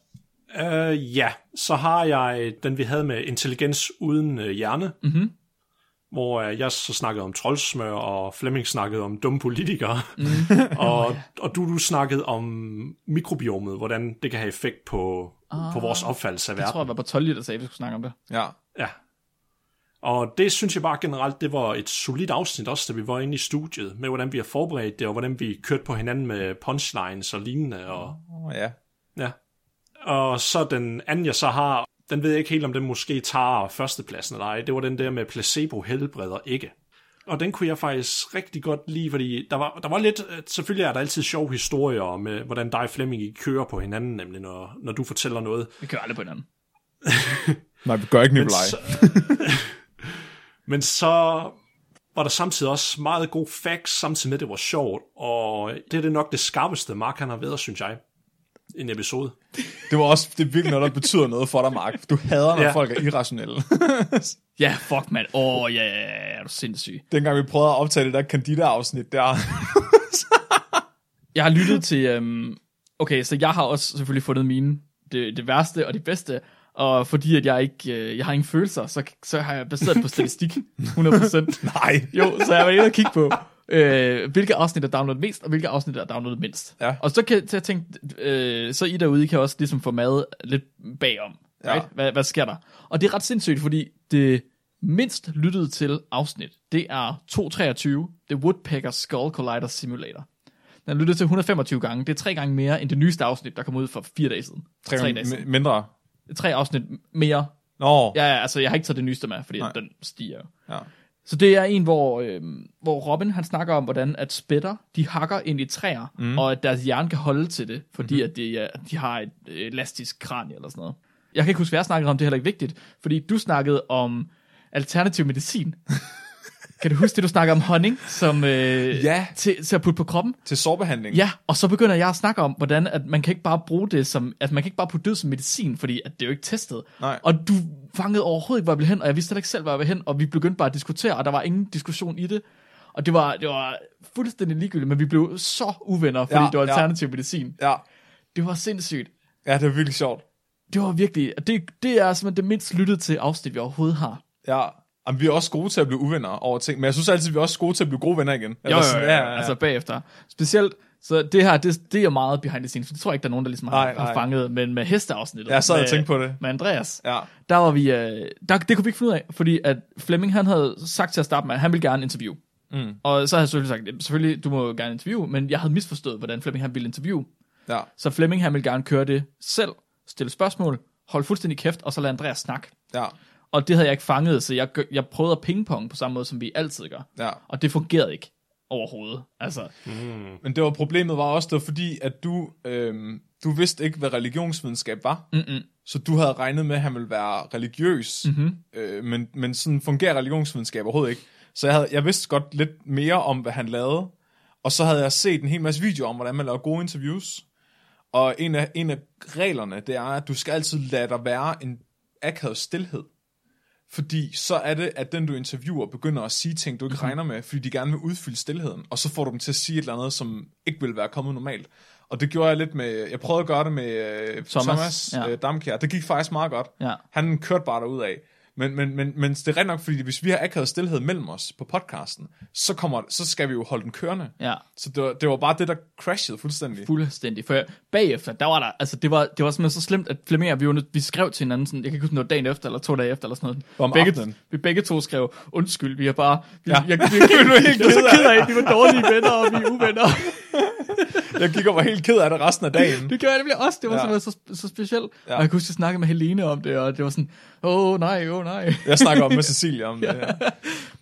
Øh, ja, så har jeg den, vi havde med intelligens uden øh, hjerne, mm-hmm. hvor øh, jeg så snakkede om troldsmør, og Flemming snakkede om dumme politikere, mm. og, og du, du snakkede om mikrobiomet, hvordan det kan have effekt på, ah, på vores opfattelse af Jeg tror, verden. jeg var på 12, der sagde, at vi skulle snakke om det. Ja. Ja. Og det synes jeg bare generelt, det var et solidt afsnit også, da vi var inde i studiet, med hvordan vi har forberedt det, og hvordan vi kørte på hinanden med punchlines og lignende, og... Oh, ja. Ja. Og så den anden, jeg så har, den ved jeg ikke helt, om den måske tager førstepladsen eller ej. Det var den der med placebo helbreder ikke. Og den kunne jeg faktisk rigtig godt lide, fordi der var, der var lidt, øh, selvfølgelig er der altid sjove historier med, hvordan dig og Flemming I kører på hinanden, nemlig når, når du fortæller noget. Vi kører aldrig på hinanden. Nej, vi gør ikke Nikolaj. så- Men så var der samtidig også meget god facts, samtidig med, at det var sjovt, og det er det nok det skarpeste, Mark han har været, synes jeg, i en episode. Det var også det er virkelig noget, der betyder noget for dig, Mark. Du hader, når ja. Ja. folk er irrationelle. Ja, fuck, mand. Åh, oh, ja, ja, ja, er du sindssyg. Dengang vi prøvede at optage det der Candida-afsnit der. Jeg har lyttet til... Øhm, okay, så jeg har også selvfølgelig fundet mine. Det, det værste og det bedste. Og fordi at jeg ikke øh, jeg har ingen følelser, så, så har jeg baseret på statistik. 100%. Nej. Jo, så jeg var inde og kigge på, øh, hvilke afsnit er downloadet mest, og hvilke afsnit er downloadet mindst. Ja. Og så kan så jeg tænke, øh, så I derude I kan også ligesom få mad lidt bagom. Ja. Right? Hvad, hvad sker der? Og det er ret sindssygt, fordi det mindst lyttede til afsnit, det er 223, The Woodpecker Skull Collider Simulator. Den lyttede til 125 gange. Det er tre gange mere end det nyeste afsnit, der kom ud for fire dage siden. Tre, dage siden. gange mi- mindre. Tre afsnit mere. Nå, ja. Ja, ja, altså jeg har ikke taget det nyeste med, fordi Nej. Nej. den stiger jo. Ja. Så det er en, hvor, øh, hvor Robin han snakker om, hvordan at spætter, de hakker ind i træer, mm. og at deres hjerne kan holde til det, fordi Mhm. mm-hmm. at de, ja, de har et øh, elastisk kranie eller sådan noget. Jeg kan ikke huske, hvad jeg snakkede om, det er heller ikke vigtigt, fordi du snakkede om alternativ medicin. kan du huske det, du snakker om honning, som øh, Ja. til, til at putte på kroppen? til sårbehandling. Ja, og så begynder jeg at snakke om, hvordan at man kan ikke bare bruge det som, at man kan ikke bare putte det ud som medicin, fordi at det er jo ikke testet. Nej. Og du fangede overhovedet ikke, hvor jeg ville hen, og jeg vidste heller ikke selv, hvor jeg ville hen, og vi begyndte bare at diskutere, og der var ingen diskussion i det. Og det var, det var fuldstændig ligegyldigt, men vi blev så uvenner, fordi Ja, ja, det var ja. alternativ ja. medicin. Ja. Det var sindssygt. ja, det er virkelig sjovt. Det var virkelig, det, det er simpelthen det mindst lyttede til afsnit, vi overhovedet har. Ja. Jamen, vi er også gode til at blive uvenner over ting, men jeg synes altid, vi er også gode til at blive gode venner igen. Eller sådan, Altså bagefter. Specielt, så det her, det, det er meget behind the scenes, for det tror jeg ikke, der er nogen, der ligesom har, Nej, nej. har fanget, men med hesteafsnittet. Jeg sad og med- tænkte på det. Med Andreas. Ja. der var vi, øh, der, det kunne vi ikke finde ud af, fordi at Flemming, han havde sagt til at starte med, at han ville gerne interviewe. Mm. Og så havde jeg selvfølgelig sagt, "Jamen, selvfølgelig, du må jo gerne interviewe, men jeg havde misforstået, hvordan Flemming han ville interviewe. ja. Så Flemming, han ville gerne køre det selv, stille spørgsmål, holde fuldstændig kæft, og så lade Andreas snakke. Ja. Og det havde jeg ikke fanget, så jeg, gør- jeg prøvede at pingpong på samme måde, som vi altid gør. Ja. Og det fungerede ikke overhovedet. Altså, Men det var problemet var også, det var fordi, at du, øhm, du vidste ikke, hvad religionsvidenskab var. Mm-mm. Så du havde regnet med, at han ville være religiøs. Mm-hmm. Øh, men, men sådan fungerer religionsvidenskab overhovedet ikke. Så jeg, havde, jeg vidste godt lidt mere om, hvad han lavede. Og så havde jeg set en hel masse videoer om, hvordan man laver gode interviews. Og en af, en af reglerne, det er, at du skal altid lade der være en akavet stillhed. Fordi så er det, at den du interviewer begynder at sige ting, du ikke mm-hmm. regner med, fordi de gerne vil udfylde stillheden, og så får du dem til at sige et eller andet, som ikke vil være kommet normalt. Og det gjorde jeg lidt med, jeg prøvede at gøre det med øh, Thomas, Thomas ja. øh, Damkjær. Det gik faktisk meget godt. Ja. Han kørte bare derud af. Men, men, men, men det er rent nok, fordi hvis vi har akavet stillhed mellem os på podcasten, så, kommer, så skal vi jo holde den kørende. Ja. Så det var, det var bare det, der crashede fuldstændig. Fuldstændig. For jeg, bagefter, der var der, altså det var, det var simpelthen så slemt, at Flemming og vi, var nødt- vi skrev til hinanden, sådan, jeg kan ikke huske, om det var dagen efter, eller to dage efter, eller sådan noget. Om begge, aftenen. Vi begge to skrev, undskyld, vi er bare, vi, Ja. ja. jeg, vi, er, vi, er, vi er så ked af, at vi var dårlige venner, og vi er uvenner. Jeg gik og var helt ked af det resten af dagen. Det gjorde jeg nemlig også, det var Ja. ja. simpelthen så, så specielt. Ja. Ja. Og jeg kunne huske, at snakke med Helene om det, og det var sådan, åh oh, nej, åh oh, nej. Jeg snakker om med Cecilia om det her.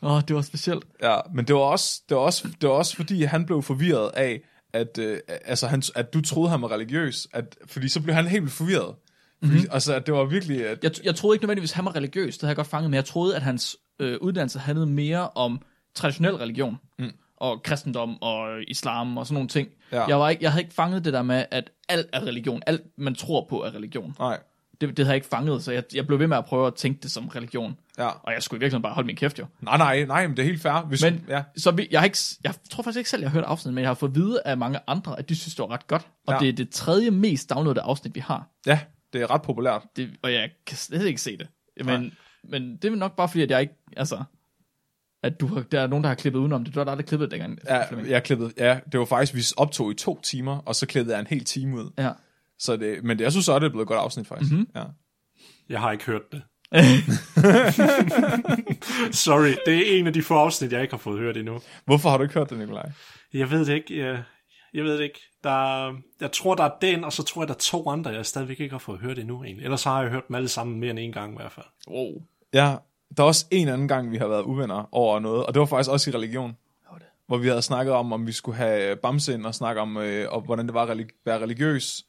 Åh, oh, det var specielt. Ja, men det var også, det var også, det var også fordi han blev forvirret af, at, øh, altså, han, at du troede, han var religiøs. At, fordi så blev han helt vildt forvirret. Fordi, Mhm. mm-hmm. Altså, at det var virkelig... At, Jeg, jeg troede ikke nødvendigvis, han var religiøs, det havde jeg godt fanget, men jeg troede, at hans øh, uddannelse handlede mere om traditionel religion, mm. og kristendom, og islam, og sådan nogle ting. Ja. Jeg, var ikke, jeg havde ikke fanget det der med, at alt er religion, alt man tror på er religion. nej, Det, det havde jeg ikke fanget, så jeg, jeg blev ved med at prøve at tænke det som religion. ja. Og jeg skulle i virkeligheden bare holde min kæft jo. Nej, nej, nej, men det er helt fair. Hvis, Men ja. ja. så vi, jeg, har ikke, jeg tror faktisk ikke selv, jeg har hørt afsnittet, men jeg har fået at vide af mange andre, at de synes, det var ret godt. Og Ja. ja. det er det tredje mest downloadede afsnit, vi har. ja, det er ret populært. det, og jeg kan slet ikke se det. Nej. Men, men det er nok bare fordi, at jeg ikke, altså, at du har, der er nogen, der har klippet udenom det. Du har da aldrig klippet det dengang. Ja, Flemming. jeg klippede, ja, det var faktisk, vi optog i to timer, og så klippede jeg en hel time ud. ja. Så det, men det, jeg synes også, det er blevet et godt afsnit, faktisk. Mm-hmm. Ja. Jeg har ikke hørt det. Sorry, det er en af de få afsnit, jeg ikke har fået hørt endnu. Hvorfor har du ikke hørt det, Nikolaj? Jeg ved det ikke. Jeg, jeg ved det ikke. Der, er- jeg tror, der er den, og så tror jeg, der er to andre, jeg stadigvæk ikke har fået hørt endnu. Egentlig. Ellers har jeg hørt dem alle sammen mere end en gang i hvert fald. Wow. Ja, der er også en anden gang, vi har været uvenner over noget, og det var faktisk også i religion. Hvor vi havde snakket om, om vi skulle have bamse ind og snakke om, øh, og hvordan det var at relig- være religiøs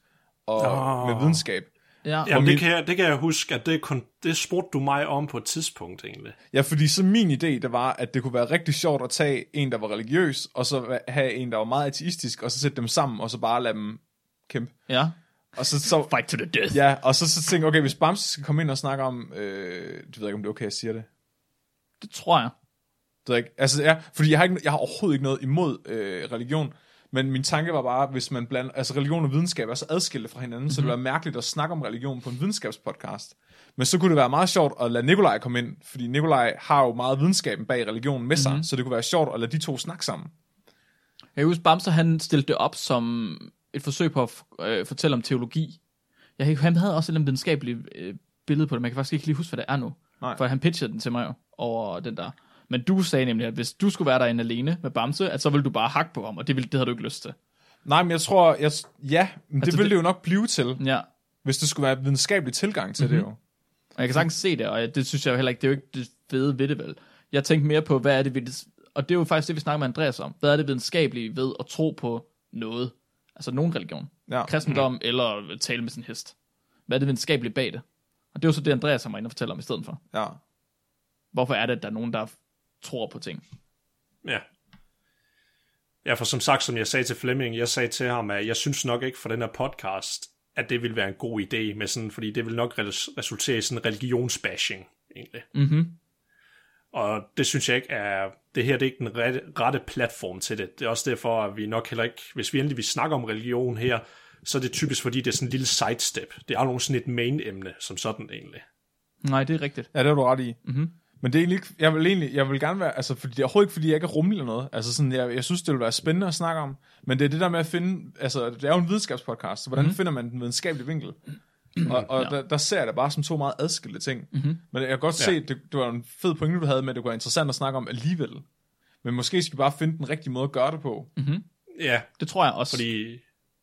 og oh. Åh. med videnskab. Ja. ja. Jamen, min- det, kan jeg, det kan jeg huske, at det, kun, det spurgte du mig om på et tidspunkt egentlig. Ja, fordi så min idé, det var, at det kunne være rigtig sjovt at tage en, der var religiøs, og så va- have en, der var meget ateistisk, og så sætte dem sammen, og så bare lade dem kæmpe. ja. Og så, så, Fight to the death. ja, og så, så tænkte jeg, okay, hvis Bamse skal komme ind og snakke om, øh, det ved jeg ikke, om det er okay, jeg siger det. Det tror jeg. Det ved jeg ikke. Altså, ja, fordi jeg har, ikke, jeg har overhovedet ikke noget imod øh, religion, men min tanke var bare, hvis man blander, altså religion og videnskab er så adskilte fra hinanden, mm-hmm. så det ville være mærkeligt at snakke om religion på en videnskabspodcast. Men så kunne det være meget sjovt at lade Nikolaj komme ind, fordi Nikolaj har jo meget videnskaben bag religionen med sig, mm-hmm. så det kunne være sjovt at lade de to snakke sammen. Jeg husker, Bamser, han stillede det op som et forsøg på at f- øh, fortælle om teologi. Jeg, kan ikke- han havde også et eller andet videnskabeligt øh, billede på det, men jeg kan faktisk ikke lige huske, hvad det er nu. Nej. For han pitchede den til mig jo, over den der. Men du sagde nemlig, at hvis du skulle være derinde alene med Bamse, at så ville du bare hakke på ham, og det, ville, det havde du ikke lyst til. Nej, men jeg tror, jeg, ja, men altså, det Altså, ville det, det- jo nok blive til, Ja. hvis det skulle være en videnskabelig tilgang til mm-hmm. det jo. Og jeg kan sagtens se det, og det synes jeg jo heller ikke, det er jo ikke det fede ved det vel. Jeg tænkte mere på, hvad er det, vi, og det er jo faktisk det, vi snakker med Andreas om. Hvad er det videnskabelige ved at tro på noget? Altså nogen religion. Ja. Kristendom eller tale med sin hest. Hvad er det videnskabelige bag det? Og det er jo så det, Andreas har mig inde og fortæller om i stedet for. Ja. Hvorfor er det, at der er nogen, der tror på ting? Ja. Ja, for som sagt, som jeg sagde til Flemming, jeg sagde til ham, at jeg synes nok ikke for den her podcast, at det ville være en god idé, med sådan, fordi det vil nok res- resultere i sådan en religionsbashing, egentlig. Mhm. Og det synes jeg ikke er, det her det er ikke den rette, rette platform til det. Det er også derfor, at vi nok heller ikke, hvis vi endelig vil snakke om religion her, så er det typisk, fordi det er sådan en lille sidestep. Det er aldrig sådan et main-emne, som sådan egentlig. Nej, det er rigtigt. ja, det har du ret i. Mhm. Men det er egentlig ikke, jeg vil egentlig, jeg vil gerne være, altså fordi det er overhovedet ikke, fordi jeg ikke er rummelig eller noget. Altså sådan, jeg, jeg synes, det ville være spændende at snakke om. Men det er det der med at finde, altså det er jo en videnskabspodcast, så hvordan mm-hmm. finder man den videnskabelige vinkel? Og, og der, der, ser jeg det bare som to meget adskilte ting. Mm-hmm. Men jeg kan godt se, Ja. det, det, var en fed pointe, du havde med, at det kunne være interessant at snakke om alligevel. Men måske skal vi bare finde den rigtige måde at gøre det på. Mm-hmm. Ja, Det tror jeg også. fordi,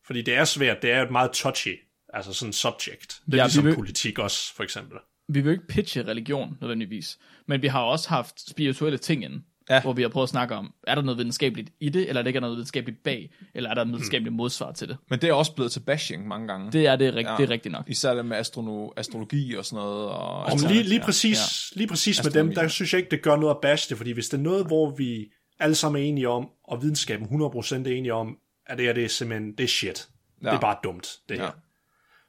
fordi det er svært. Det er jo et meget touchy, altså sådan subject. Det er Ja, ja, vi ligesom vil- politik også, for eksempel. vi vil jo ikke pitche religion nødvendigvis, men vi har også haft spirituelle ting inde, Ja. ja. hvor vi har prøvet at snakke om, er der noget videnskabeligt i det, eller er der ikke er noget videnskabeligt bag, eller er der et videnskabeligt modsvar til det. Men det er også blevet til bashing mange gange. Det er det, rig- Ja. ja. det er rigtigt nok. Især det med astrono- astrologi og sådan noget. Og, altså, Og Altså, lige, lige præcis, ja. lige præcis med dem, Astronomi. der synes jeg ikke, det gør noget at bashe det, fordi hvis det er noget, hvor vi alle sammen er enige om, og videnskaben 100% er enige om, at det her det er simpelthen, det er shit. Ja. Det er bare dumt, det her. Ja.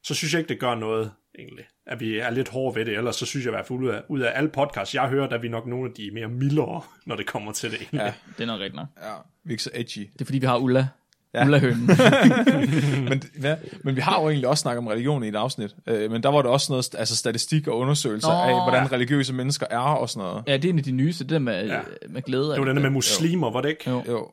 Så synes jeg ikke, det gør noget egentlig. At vi er lidt hårde ved det, ellers så synes jeg i hvert fald, ud af, ud af alle podcasts, jeg hører, der er vi nok nogle af de mere mildere, når det kommer til det egentlig. Ja. Det er nok rigtigt nok. Ja, vi er ikke så edgy. Det er fordi, vi har Ulla. Ja. Ulla-hønen. men, hvad? men vi har jo egentlig også snakket om religion i et afsnit. Øh, men der var der også noget altså statistik og undersøgelser Nå. Nå, af, hvordan religiøse mennesker er og sådan noget. ja, det er en af de nyeste, det der med, ja. med glæde. Det var den der med muslimer, var det ikke? Jo. Jo,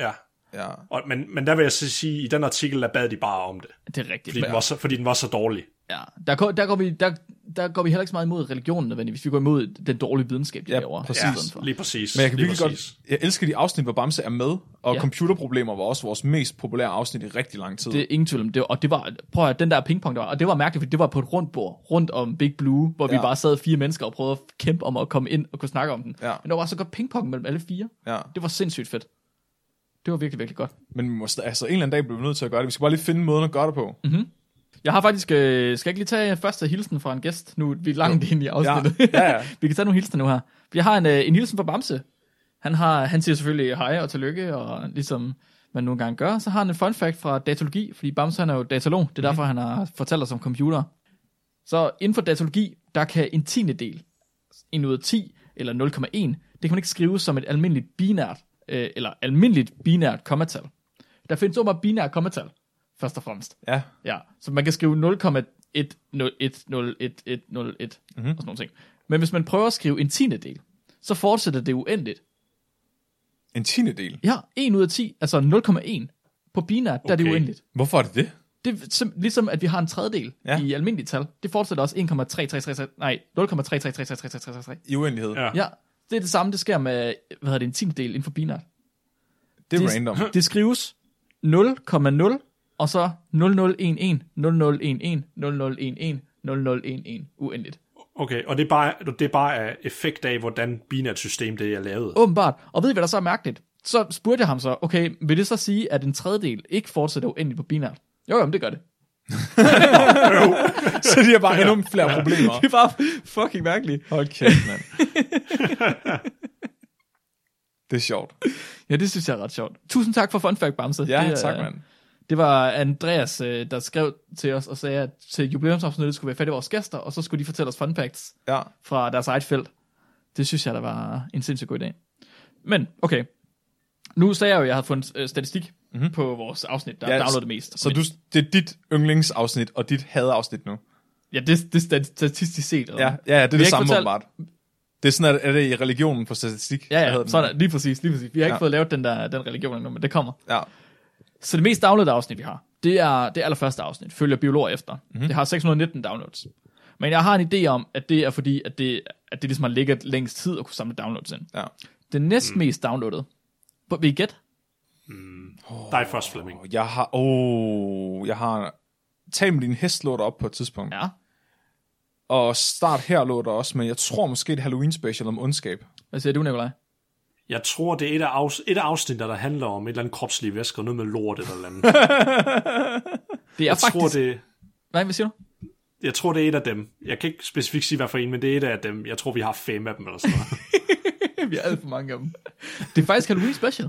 Ja. ja. Og, men, men der vil jeg så sige, i den artikel, der bad de bare om det. Det er rigtigt. Fordi, den var så, fordi den var så dårlig. Ja, der går, der, går vi, der, der går vi heller ikke så meget imod religionen, nødvendigvis. Vi går imod den dårlige videnskab, de Ja, laver. præcis. i Ja, stedet for. lige præcis. Men jeg kan lige virkelig præcis. godt, jeg elsker de afsnit, hvor Bamse er med, og Ja. ja. computerproblemer var også vores mest populære afsnit i rigtig lang tid. Det er ingen tvivl om det. Og det var, prøv at høre, den der pingpong, der var, og det var mærkeligt, for det var på et rundt bord, rundt om Big Blue, hvor ja. vi Ja. bare sad fire mennesker og prøvede at kæmpe om at komme ind og kunne snakke om den. Ja. Men der var så godt pingpong mellem alle fire. Ja. Det var sindssygt fedt. Det var virkelig, virkelig godt. Men vi må, sta- altså, en eller anden dag bliver vi nødt til at gøre det. Vi skal bare lige finde måden at gøre det på. Mm. Jeg har faktisk, øh, skal jeg ikke lige tage første hilsen fra en gæst? Nu er vi langt ind i afsnittet. Ja, ja, ja. vi kan tage nogle hilsener nu her. Jeg har en, øh, en hilsen fra Bamse. Han, har, han siger selvfølgelig hej og tillykke, og ligesom man nogle gange gør, så har han en fun fact fra datalogi, fordi Bamse han er jo datalog, det er Mhm. derfor, han har fortalt os om computer. Så inden for datalogi, der kan en tiende del, en ud af 10 eller 0,1, det kan man ikke skrive som et almindeligt binært, øh, eller almindeligt binært kommatal. Der findes åbenbart binært kommatal, først og fremmest. ja. Ja, så man kan skrive 0,101111 mm-hmm. og sådan nogle ting. Men hvis man prøver at skrive en tiende del, så fortsætter det uendeligt. En tiende del. Ja, 1 ud af 10, altså 0,1. På binært, der er det Okay. uendeligt. Hvorfor er det det? Det er sim- ligesom, at vi har en tredjedel ja. Ja. i almindelige tal. Det fortsætter også 1,333, nej, 0,33333333. I uendelighed. Ja. Ja. Ja, det er det samme, det sker med, hvad hedder det, en tiende del inden for binært. Det er Det- random. Det skrives 0,0 og så 0011, 0011, 0011, 0011, uendeligt. Okay, og det er bare, det er bare af effekt af, hvordan binært system det er lavet. Åbenbart. Og ved I, hvad der så er mærkeligt? Så spurgte jeg ham så, okay, vil det så sige, at en tredjedel ikke fortsætter uendeligt på binært? Jo, jo, men det gør det. så de har bare endnu flere problemer. Det er bare fucking mærkeligt. Hold kæft, mand. det er sjovt. Ja, det synes jeg er ret sjovt. Tusind tak for fun fact, Bamse. Ja, det, er- tak, mand. Det var Andreas, øh, der skrev til os og sagde, at til jubilæumsafsnittet skulle vi have fat i vores gæster, og så skulle de fortælle os fun facts Ja. fra deres eget felt. Det synes jeg, der var en sindssygt god idé. Men, okay. Nu sagde jeg jo, at jeg havde fundet øh, statistik mm-hmm. på vores afsnit, der Mhm. Ja, ja, downloadede mest. Så Men- du, det er dit yndlingsafsnit og dit hadafsnit nu. Ja, det, det er statistisk set. Eller? Ja, ja, ja det er har det ikke samme fortalt- åbenbart. Det er sådan, at er det i religionen for statistik? Hvad Ja, hedder ja, den? sådan er, lige præcis, lige præcis. Vi har ikke ja. Ja. fået lavet den der den religion endnu, men det kommer. Ja. Så det mest downloadede afsnit, vi har, det er det allerførste afsnit, følger biologer efter. Mm-hmm. Det har 619 downloads. Men jeg har en idé om, at det er fordi, at det, at det ligesom har ligget længst tid at kunne samle downloads ind. ja. Den næst mest downloadede, på, vil I gætte? Dig først, Flemming. Og Jeg har... Oh, jeg har... Tag med din hest lå der op på et tidspunkt. Ja. Ja, Og start her lå der også, men jeg tror måske et Halloween special om ondskab. hvad siger du, Nikolaj? Jeg tror, det er et af, afs- et af afsnittet, der handler om et eller andet kropslige væsker, noget med lort eller andet. Det er Jeg, faktisk... tror, det, Nej, hvad siger du? jeg tror, det er et af dem. Jeg kan ikke specifikt sige, hvad for en, men det er et af dem. Jeg tror, vi har fem af dem eller sådan noget. Vi har alt for mange af dem. Det er faktisk Halloween special.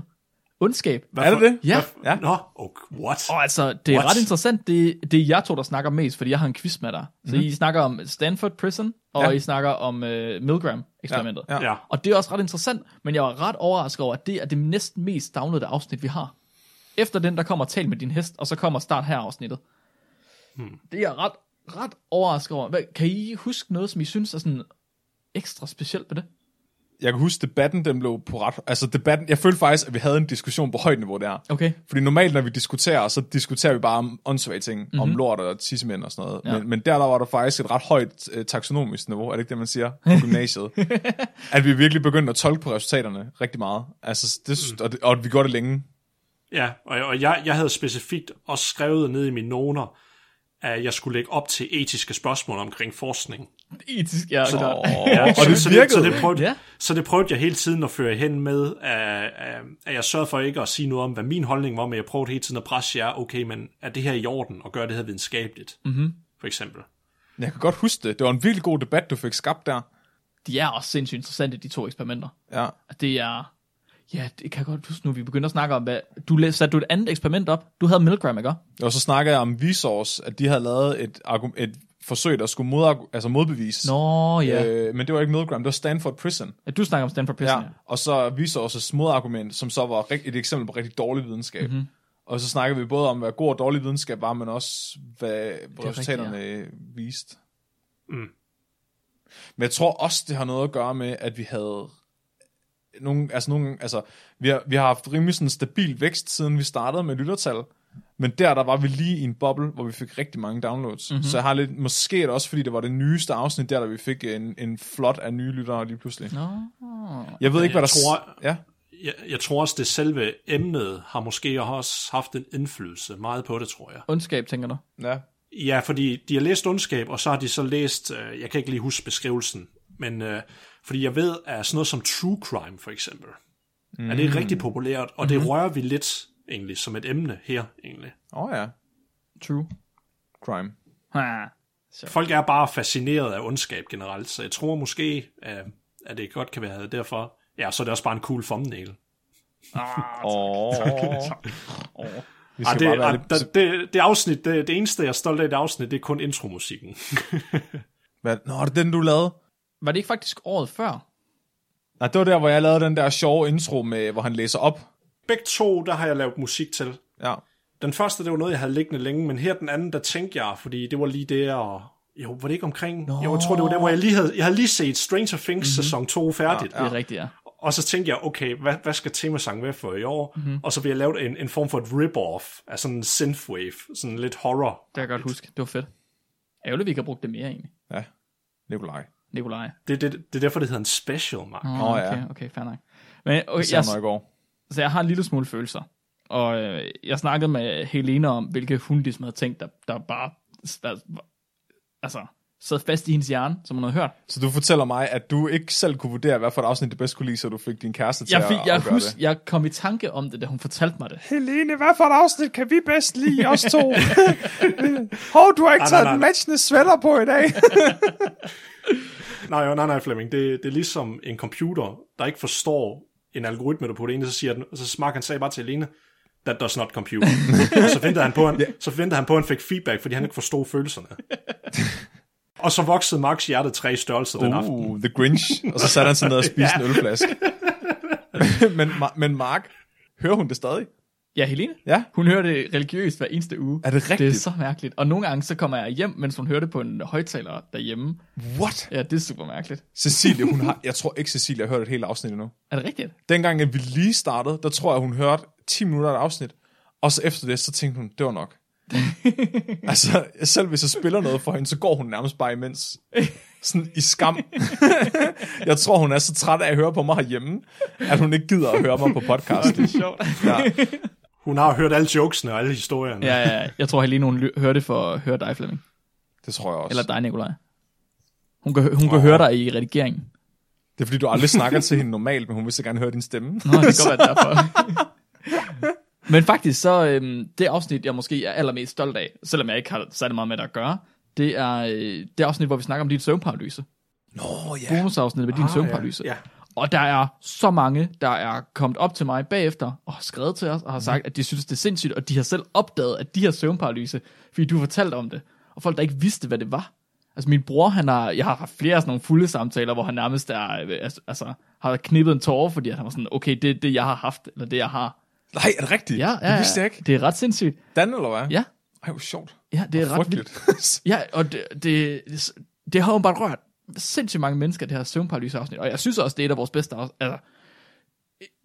Ondskab. Hvad Er det for- det? Ja. Hvad- Ja. Nå, okay, what? Og altså, det er What? What? ret interessant. Det, det er jer to, der snakker mest, fordi jeg har en quiz med dig. Så mm-hmm. I snakker om Stanford Prison, og ja. Ja. I snakker om uh, Milgram-eksperimentet. Ja, ja. Ja, Og det er også ret interessant, men jeg var ret overrasket over, at det er det næsten mest downloadede afsnit, vi har. Efter den, der kommer Tal med din hest, og så kommer Start her afsnittet. Hmm. Det er jeg ret, ret overrasket over. Hvad, kan I huske noget, som I synes er sådan ekstra specielt ved det? Jeg kan huske, debatten den blev på ret... Altså debatten... Jeg følte faktisk, at vi havde en diskussion på højt niveau der. Okay. Fordi normalt, når vi diskuterer, så diskuterer vi bare om åndssvage ting, mm-hmm. om lort og tissemænd og sådan noget. Mhm. Ja. Ja. Men, men der, der var der faktisk et ret højt øh, taksonomisk niveau, er det ikke det, man siger, på gymnasiet? at vi virkelig begyndte at tolke på resultaterne rigtig meget. Altså, det, mm. og, det, og vi gjorde det længe. ja. og, og jeg, jeg havde specifikt også skrevet ned i mine noter, at jeg skulle lægge op til etiske spørgsmål omkring forskning. Etisk, ja. Så Og, Ja, og det så, virkede. Så det, så det prøvede, Ja. ja. så det prøvede jeg hele tiden at føre hen med, at, at- at jeg sørgede for ikke at sige noget om, hvad min holdning var, men jeg prøvede hele tiden at presse jer, okay, men er det her i orden at gøre det her videnskabeligt? Mm-hmm. For eksempel. Jeg kan godt huske det. Det var en virkelig god debat, du fik skabt der. De er også sindssygt interessante, de to eksperimenter. Ja. Og det er... Ja, det kan jeg godt huske nu. Vi begynder at snakke om, hvad... Du læ- satte du et andet eksperiment op. Du havde Milgram, ikke? Og så snakkede jeg om Vsauce, at de havde lavet et, argum- et forsøgt at skulle modargu- altså modbevise. Nå, ja. Øh, Øh, men det var ikke Milgram, det var Stanford Prison. ja. Du snakker om Stanford Prison, ja. Og så Resources modargument, som så var rigt- et eksempel på rigtig dårlig videnskab. Mm-hmm. Og så snakkede vi både om, hvad god og dårlig videnskab var, men også, hvad resultaterne rigtigt, ja. viste. Mm. Men jeg tror også, det har noget at gøre med, at vi havde nogle, altså nogle, altså, vi har, vi har haft rimelig sådan stabil vækst, siden vi startede med lyttertal. Men der, der var vi lige i en boble, hvor vi fik rigtig mange downloads. Mm-hmm. Så jeg har lidt, måske er det også, fordi det var det nyeste afsnit der, der vi fik en, en flot af nye lyttere lige pludselig. Nå. Jeg ved ikke, hvad Jeg der... tror- ja. Jeg, jeg tror også, det selve emnet har måske også haft en indflydelse meget på det, tror jeg. Ondskab, tænker du? Ja. Ja, fordi de har læst ondskab, og så har de så læst, øh, jeg kan ikke lige huske beskrivelsen, men øh, fordi jeg ved, at sådan noget som true crime for eksempel, mm. er det rigtig populært, og Mm-hmm. det rører vi lidt egentlig som et emne her egentlig. Åh oh, ja. True. Crime. Ha. Så. Folk er bare fascineret af ondskab generelt, så jeg tror måske, øh, at det godt kan være derfor. Ja, så er det også bare en cool thumbnail. Åh. Åh. Vi Ej, skal Ah, det, bare være ej, det, lidt... det, det afsnit, det, det eneste jeg er stolt af i det afsnit, det er kun intromusikken. Hvad? Nå, er det den, du lavede? Var det ikke faktisk året før? Nej, det var der, hvor jeg lavede den der sjove intro, med, hvor han læser op. Begge to, der har jeg lavet musik til. Ja. Den første, det var noget, jeg havde liggende længe, men her den anden, der tænkte jeg, fordi det var lige der, og jo, var det ikke omkring? Nå. Jo, jeg tror, det var der, hvor jeg lige havde, jeg havde lige set Stranger Things mm-hmm. sæson 2 færdigt. Mhm. Ja. Det er rigtigt, ja. Og så tænkte jeg, okay, hvad, hvad skal temasangen være for i år? Mhm. Mm-hmm. Og så ville jeg lave en, en form for et rip-off af sådan en synthwave, sådan lidt horror. Det kan jeg godt huske. Det var fedt. Ærgerligt, vi ikke har brugt det mere egentlig. Ja. Nikolaj. Nikolaj. Det, det, det er derfor, det hedder en special, Mark. Mm. Åh, Nå, ja. Okay, okay, fair nok. Men okay, Det jeg, sagde mig i går. så jeg har en lille smule følelser. Og øh, jeg snakkede med Helena om, hvilke hun ligesom havde tænkt, der, der bare der, altså, sad fast i hendes hjerne, som hun havde hørt. Så du fortæller mig, at du ikke selv kunne vurdere, hvad for et afsnit det bedst kunne lide, så du fik din kæreste til Jeg, fik, at jeg, afgøre hus, det. jeg kom i tanke om det, da hun fortalte mig det. Helene, hvad for et afsnit kan vi bedst lide, os to? Hov, du har ikke Nej, taget Ah, nej, nej. den matchende sweater på i dag. Nej, jo, nej, nej, Flemming, det, det er ligesom en computer, der ikke forstår en algoritme, du putter ind, i, så siger den, og så Mark han sagde bare til Alene, that does not compute. Og så ventede han på, han, så ventede han på, at han fik feedback, fordi han ikke forstod følelserne. og så voksede Marks hjerte tre størrelser den aften. Uh, The Grinch. Og så satte han sig ned og spiste en ølflaske. men, Ma- men Mark, hører hun det stadig? Ja, Helene? Ja. Hun hører det religiøst hver eneste uge. Er det Det er rigtigt? så mærkeligt. Og nogle gange, så kommer jeg hjem, mens hun hører det på en højtaler derhjemme. What? Ja, det er super mærkeligt. Cecilie, hun har, jeg tror ikke, Cecilie har hørt et helt afsnit endnu. Er det rigtigt? Dengang, at vi lige startede, der tror jeg, hun hørte 10 minutter af et afsnit. Og så efter det, så tænkte hun, det var nok. altså, selv hvis jeg spiller noget for hende, så går hun nærmest bare imens. Sådan i skam. jeg tror, hun er så træt af at høre på mig herhjemme, at hun ikke gider at høre mig på podcast. Det er sjovt. Ja. Hun har hørt alle jokesene og alle historierne. ja, ja, jeg tror Helene, hun hører det for at høre dig, Flemming. Det tror jeg også. Eller dig, Nikolaj. Hun kan, hun kan høre dig i redigeringen. Det er fordi, du aldrig snakker til hende normalt, men hun vil så gerne høre din stemme. Nå, det kan godt være derfor. Men faktisk, så øhm, det afsnit, jeg måske er allermest stolt af, selvom jeg ikke har særlig meget med det at gøre, det er øh, det afsnit, hvor vi snakker om din søvnparalyse. Nå ja. Bonusafsnit med din ah, søvnparalyse. ja. Og der er så mange, der er kommet op til mig bagefter og har skrevet til os og har Mhm. sagt, at de synes, det er sindssygt, og de har selv opdaget, at de har søvnparalyse, fordi du fortalte om det. Og folk, der ikke vidste, hvad det var. Altså min bror, han har, jeg har haft flere sådan nogle fulde samtaler, hvor han nærmest er, øh, altså- altså, har knippet en tårer, fordi at han var sådan, okay, det er det, jeg har haft, eller det, jeg har. Nej, er det rigtigt? Ja, ja, Det vidste jeg ja. ikke. Det er ret sindssygt. Dan, eller hvad? Ja, Ej, hvor sjovt. ja det er ret vildt. Frygteligt. Ja, og det, det, det har jo bare rørt sindssygt mange mennesker, det her søvnparalyseafsnit. Og jeg synes også, det er et af vores bedste afsnit. Altså,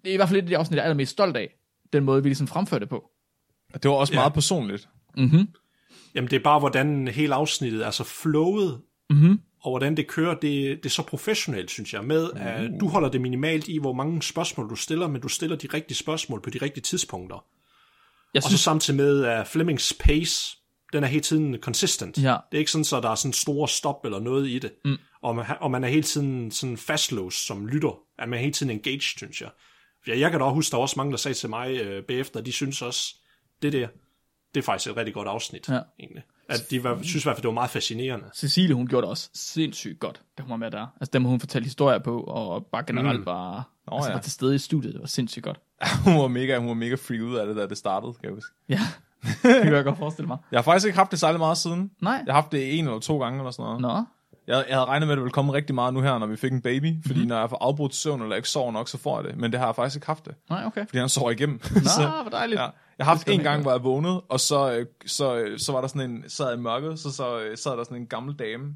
det er i hvert fald et af de afsnit, jeg er allermest stolt af. Den måde, vi ligesom fremfører det på. det var også meget personligt. Jamen, det er bare, hvordan hele afsnittet er så flowet, mm-hmm. og hvordan det kører, det, det er så professionelt, synes jeg, med at du holder det minimalt i, hvor mange spørgsmål du stiller, men du stiller de rigtige spørgsmål på de rigtige tidspunkter. Jeg Og så synes, samtidig med, at Flemings pace, den er hele tiden consistent. Ja. Det er ikke sådan, at så der er sådan store stop eller noget i det. Mm. Og, man, og man er hele tiden sådan fastlåst som lytter. At man er hele tiden engaged, synes jeg. For jeg, jeg kan da også huske, der var også mange, der sagde til mig øh, bagefter, de synes også, det der, det er faktisk et rigtig godt afsnit, Ja. egentlig. At de var, synes i hvert fald, det var meget fascinerende. Cecilie, hun gjorde det også sindssygt godt, da hun var med der. Altså dem, hun fortalte historier på, og bare generelt mm. bare, Nå, altså, ja. var til stede i studiet. Det var sindssygt godt. Hun var mega, hun var mega free ud af det, da det startede, kan jeg huske. Ja, det kan jeg godt forestille mig. Jeg har faktisk ikke haft det særlig meget siden. Nej. Jeg har haft det en eller to gange eller sådan noget. Nå. Jeg, jeg havde regnet med, at det ville komme rigtig meget nu her, når vi fik en baby. Mhm. Fordi mm-hmm. når jeg får afbrudt søvn eller ikke sover nok, så får jeg det. Men det har jeg faktisk ikke haft det. Nej, okay. Fordi han sover igennem. Nå, hvor dejligt. Ja. Jeg har haft skal en man ikke gang, hvor jeg vågnede, og så, øh, så, øh, så var der sådan en, sad jeg i mørket, så, så øh, sad der sådan en gammel dame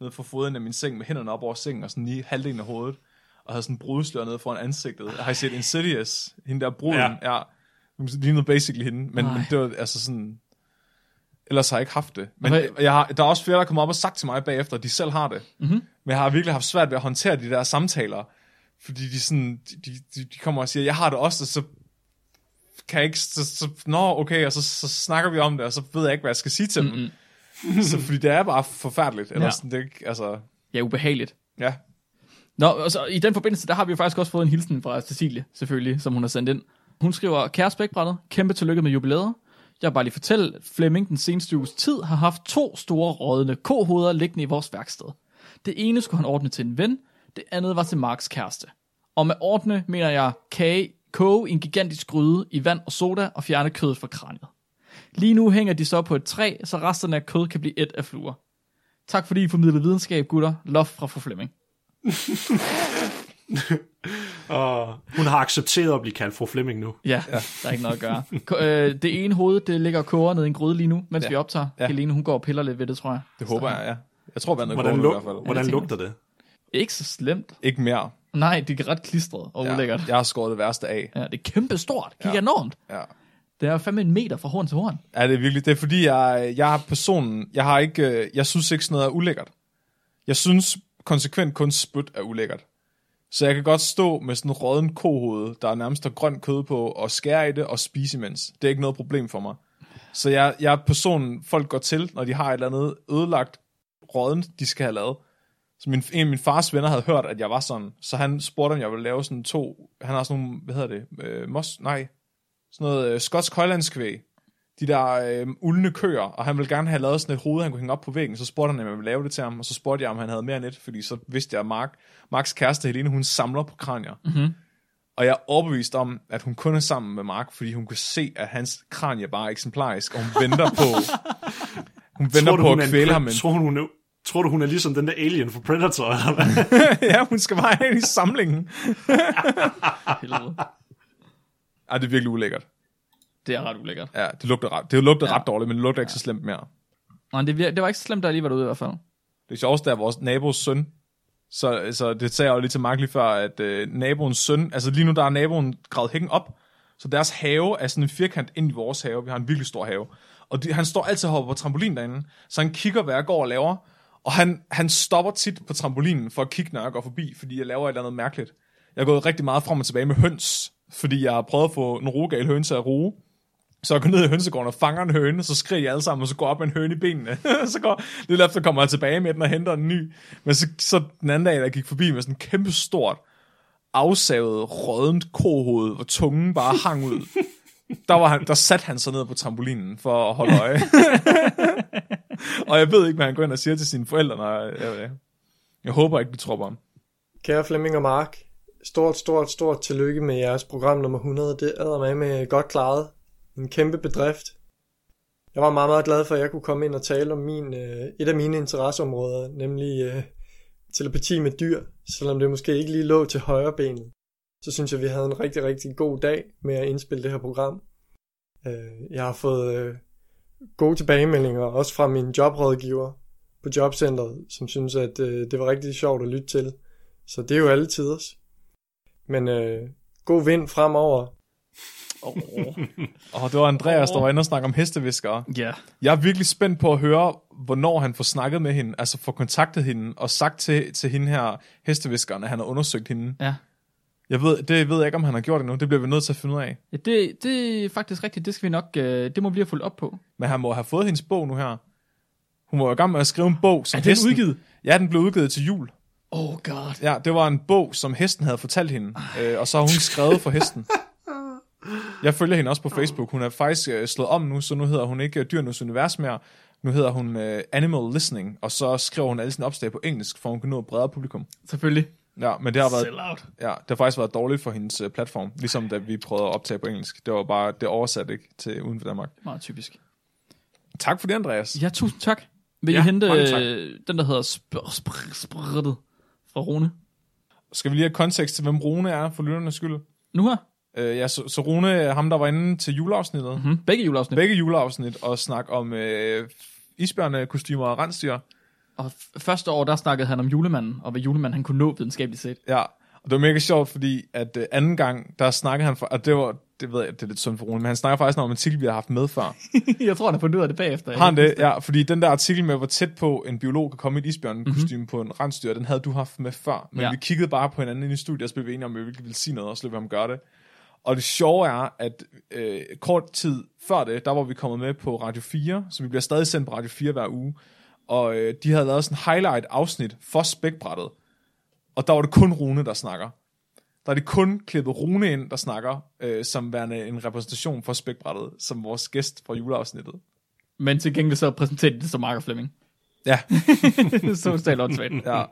nede for foden af min seng, med hænderne op over sengen, og sådan lige halvdelen af hovedet, og havde sådan en brudslør nede foran ansigtet. Jeg har I set Insidious, hende der bruden, Ja. ja. ja hun lignede basically hende, men Nej. det var altså sådan, ellers har jeg ikke haft det. Men Hvad- Mhm. jeg har, der er også flere, der kommer op og sagt til mig bagefter, at de selv har det. Mm-hmm. Men jeg har virkelig haft svært ved at håndtere de der samtaler, fordi de, sådan, de, de, de kommer og siger, jeg har det også, og så kan jeg ikke, så, så nå, okay, og så, så snakker vi om det, og så ved jeg ikke, hvad jeg skal sige til mm-hmm. dem. så, fordi det er bare forfærdeligt, eller Ja. ja. sådan, det er ikke, altså, Ja, ubehageligt. ja. Nå, og så i den forbindelse, der har vi jo faktisk også fået en hilsen fra Cecilie, selvfølgelig, som hun har sendt ind. Hun skriver, kære spækbrættet, kæmpe tillykke med jubilæet. Jeg vil bare lige fortælle, at Flemming den seneste uges tid har haft to store rådende kohoveder liggende i vores værksted. Det ene skulle han ordne til en ven, det andet var til Marks kæreste. Og med ordne mener jeg kage, koge i en gigantisk gryde i vand og soda og fjerne kødet fra kraniet. Lige nu hænger de så på et træ, så resterne af kød kan blive et af fluer. Tak fordi I formidlede videnskab, gutter. Love fra fru Flemming. Og hun har accepteret at blive kaldt fru Flemming nu. Ja, ja, der er ikke noget at gøre. Ko- øh, det ene hoved, det ligger og koger ned i en gryde lige nu, mens ja. vi optager. Ja. Ja. Helene, hun går og piller lidt ved det, tror jeg. Det håber jeg, ja. Jeg tror, vandet går Hvordan, i hvert lug- fald. hvordan tænker lugter det? Ikke så slemt. Ikke mere. Nej, det er ret klistret og Ja. ulækkert. Jeg har skåret det værste af. Ja. det er kæmpe stort. Kig ja. enormt. Ja. Det er fandme en meter fra horn til horn. Ja, det er virkelig. Det er fordi, jeg, jeg har personen, jeg har ikke, øh, jeg synes ikke sådan noget er ulækkert. Jeg synes konsekvent kun spyt er ulækkert. Så jeg kan godt stå med sådan en rådden kohoved, der er nærmest der grønt kød på, og skære i det og spise imens. Det er ikke noget problem for mig. Så jeg, jeg er personen, folk går til, når de har et eller andet ødelagt rådden, de skal have lavet. Så min, en af min fars venner havde hørt, at jeg var sådan, så han spurgte, om jeg ville lave sådan to, han har sådan nogle, hvad hedder det, øh, mos, nej, sådan noget øh, skotsk højlandskvæg, de der øh, uldne køer, og han ville gerne have lavet sådan et hoved, han kunne hænge op på væggen, så spurgte han, om jeg ville lave det til ham, og så spurgte jeg, om han havde mere end et, fordi så vidste jeg, at Mark, Marks kæreste Helene, hun samler på kranier. Mm-hmm. Og jeg er overbevist om, at hun kun er sammen med Mark, fordi hun kunne se, at hans kranie bare er eksemplarisk, og hun venter på, hun venter Tror du, på hun er at en kvæle pre- ham. med en Tror, hun er, tror du, hun er ligesom den der alien fra Predator? Eller hvad? ja, hun skal bare ind i samlingen. Helvede. Ej, det er virkelig ulækkert. Det er ret ulækkert. Ja, det lugter ret, det lugter ja. ret dårligt, men det lugter ikke så slemt mere. Nej, det, vir- det var ikke så slemt, der lige var derude i hvert fald. Det sjoveste er vores nabos søn. Så, så det sagde jeg jo lige til Mark lige før, at øh, naboens søn, altså lige nu der er naboen gravet hækken op, så deres have er sådan en firkant ind i vores have. Vi har en virkelig stor have. Og de, han står altid og hopper på trampolin derinde, så han kigger, hvad jeg går og laver. Og han, han stopper tit på trampolinen for at kigge, når jeg går forbi, fordi jeg laver et eller andet mærkeligt. Jeg er gået rigtig meget frem og tilbage med høns, fordi jeg har prøvet at få en rogal høns til at ruge. Så jeg går ned i hønsegården og fanger en høne, så skriger jeg alle sammen, og så går jeg op med en høne i benene. så går, lidt efter kommer jeg tilbage med den og henter en ny. Men så, så den anden dag, der gik forbi med sådan en kæmpe stort, afsavet, rådent kohoved, hvor tungen bare hang ud. Der, var han, der satte han sig ned på trampolinen for at holde øje. og jeg ved ikke, hvad han går ind og siger til sine forældre. Når jeg, jeg, jeg håber ikke, de tror på ham. Kære Flemming og Mark, stort, stort, stort tillykke med jeres program nummer 100. Det er med med godt klaret. En kæmpe bedrift. Jeg var meget, meget glad for, at jeg kunne komme ind og tale om min, øh, et af mine interesseområder, nemlig øh, telepati med dyr, selvom det måske ikke lige lå til højre benet. Så synes jeg, vi havde en rigtig, rigtig god dag med at indspille det her program. Øh, jeg har fået øh, gode tilbagemeldinger, også fra min jobrådgiver på jobcentret, som synes, at øh, det var rigtig sjovt at lytte til. Så det er jo alle tiders. Men øh, god vind fremover. Åh, Og det var Andreas, der var inde og snakke om hesteviskere. ja. Jeg er virkelig spændt på at høre, hvornår han får snakket med hende, altså får kontaktet hende og sagt til, til hende her, hesteviskeren, at han har undersøgt hende. ja. Jeg ved, det ved jeg ikke, om han har gjort endnu. Det bliver vi nødt til at finde ud af. ja det, det er faktisk rigtigt. Det skal vi nok, øh, det må vi lige have fulgt op på. Men han må have fået hendes bog nu her. Hun var jo i gang med at skrive en bog, som Er den hesten... udgivet? Ja, den blev udgivet til jul. Oh god. Ja, det var en bog, som hesten havde fortalt hende, øh, og så har hun skrevet for hesten. Jeg følger hende også på Facebook. Hun er faktisk øh, slået om nu, så nu hedder hun ikke øh, Dyrenes Univers mere. Nu hedder hun øh, Animal Listening, og så skriver hun alle sine opslag på engelsk, for hun kan nå et bredere publikum. Selvfølgelig. Ja, men det har været, Sell out. ja, det har faktisk været dårligt for hendes øh, platform, ligesom da vi prøvede at optage på engelsk. Det var bare, det oversat ikke til uden for Danmark. Meget typisk. Tak for det, Andreas. Ja, tusind tak. Vil ja, I Ja, hente mange tak. øh, den, der hedder spr- spr- sprittet fra Rune? Skal vi lige have kontekst til, hvem Rune er, for lytternes skyld? Nu her? Øh, ja, så, så Rune, ham der var inde til juleafsnittet, mm-hmm. Hmm? Begge juleafsnit. begge juleafsnit, og snak om øh, isbjørnekostymer og rensdyr. Og f- første år, der snakkede han om julemanden, og hvad julemanden han kunne nå videnskabeligt set. Ja, og det var mega sjovt, fordi at øh, anden gang, der snakkede han, for, og det var, det ved jeg, det er lidt synd for Rune, men han snakker faktisk om en artikel, vi har haft med før. jeg tror, han har fundet ud af det bagefter. Har han det? Ja, fordi den der artikel med, hvor tæt på en biolog kan komme i et isbjørnkostyme mm-hmm. på en rensdyr, den havde du haft med før. Men Ja. ja. vi kiggede bare på hinanden inde i studiet, og så blev vi enige om, at vi ikke ville sige noget, og så løb ham gøre det. Og det sjove er, at øh, kort tid før det, der var vi kommet med på Radio 4, så vi bliver stadig sendt på Radio 4 hver uge. Og øh, de havde lavet sådan en highlight-afsnit for spækbrættet. Og der var det kun Rune, der snakker. Der er det kun klippet Rune ind, der snakker, øh, som værende en repræsentation for spækbrættet, som vores gæst fra juleafsnittet. Men til gengæld så præsenterede de det som Mark Flemming. Ja, så totalt åndssvagt. ja.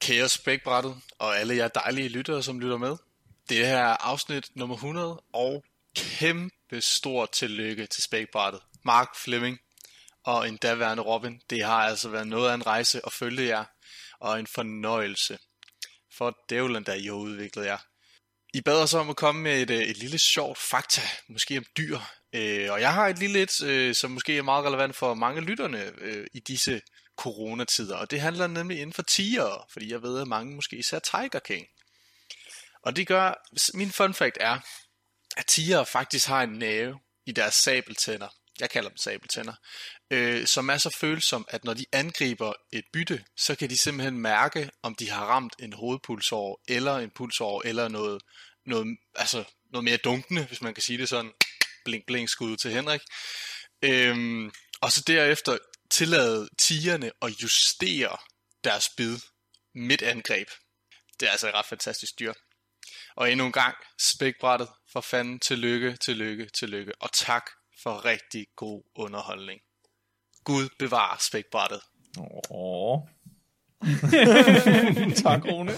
Kære spækbrættet og alle jer dejlige lyttere, som lytter med. Det her er afsnit nummer 100, og kæmpe stor tillykke til spækbrættet. Mark Fleming og en daværende Robin, det har altså været noget af en rejse at følge jer, og en fornøjelse. For dævlen, der I har udviklet jer. I bad os om at komme med et, øh, et lille sjovt fakta, måske om dyr. Øh, og jeg har et lille et, øh, som måske er meget relevant for mange af lytterne øh, i disse coronatider. Og det handler nemlig inden for tiger, fordi jeg ved, at mange måske især Tiger King. Og det gør, s- min fun fact er, at tiger faktisk har en næve i deres sabeltænder. Jeg kalder dem sabeltænder. Øh, som er så følsom, at når de angriber et bytte, så kan de simpelthen mærke, om de har ramt en hovedpulsår, eller en pulsår, eller noget, noget, altså noget mere dunkende, hvis man kan sige det sådan. Blink, blink, skud til Henrik. Øhm, og så derefter tillade tigerne at justere deres bid midt angreb. Det er altså et ret fantastisk dyr. Og endnu en gang, spækbrættet. For fanden, tillykke, tillykke, tillykke. Og tak for rigtig god underholdning. Gud bevarer spækbrættet. Åh. tak, Rune.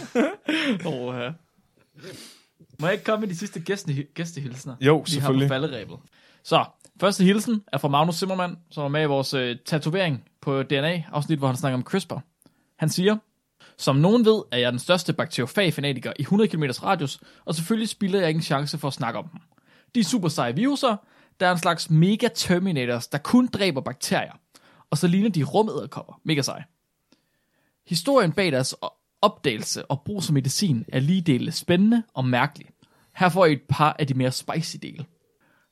Åh, ja. Må jeg ikke komme med de sidste gæste, gæstehilsener? Jo, Vi selvfølgelig. har på falderæbet. Så, første hilsen er fra Magnus Zimmermann, som var med i vores øh, tatovering på DNA-afsnit, hvor han snakker om CRISPR. Han siger, som nogen ved, er jeg den største bakteriofag-fanatiker i 100 km radius, og selvfølgelig spilder jeg ikke en chance for at snakke om dem. De er super seje viruser, der er en slags mega-terminators, der kun dræber bakterier. Og så ligner de rummedderkopper. Mega seje. Historien bag deres opdagelse og brug som medicin er lige dele spændende og mærkelig. Her får I et par af de mere spicy dele.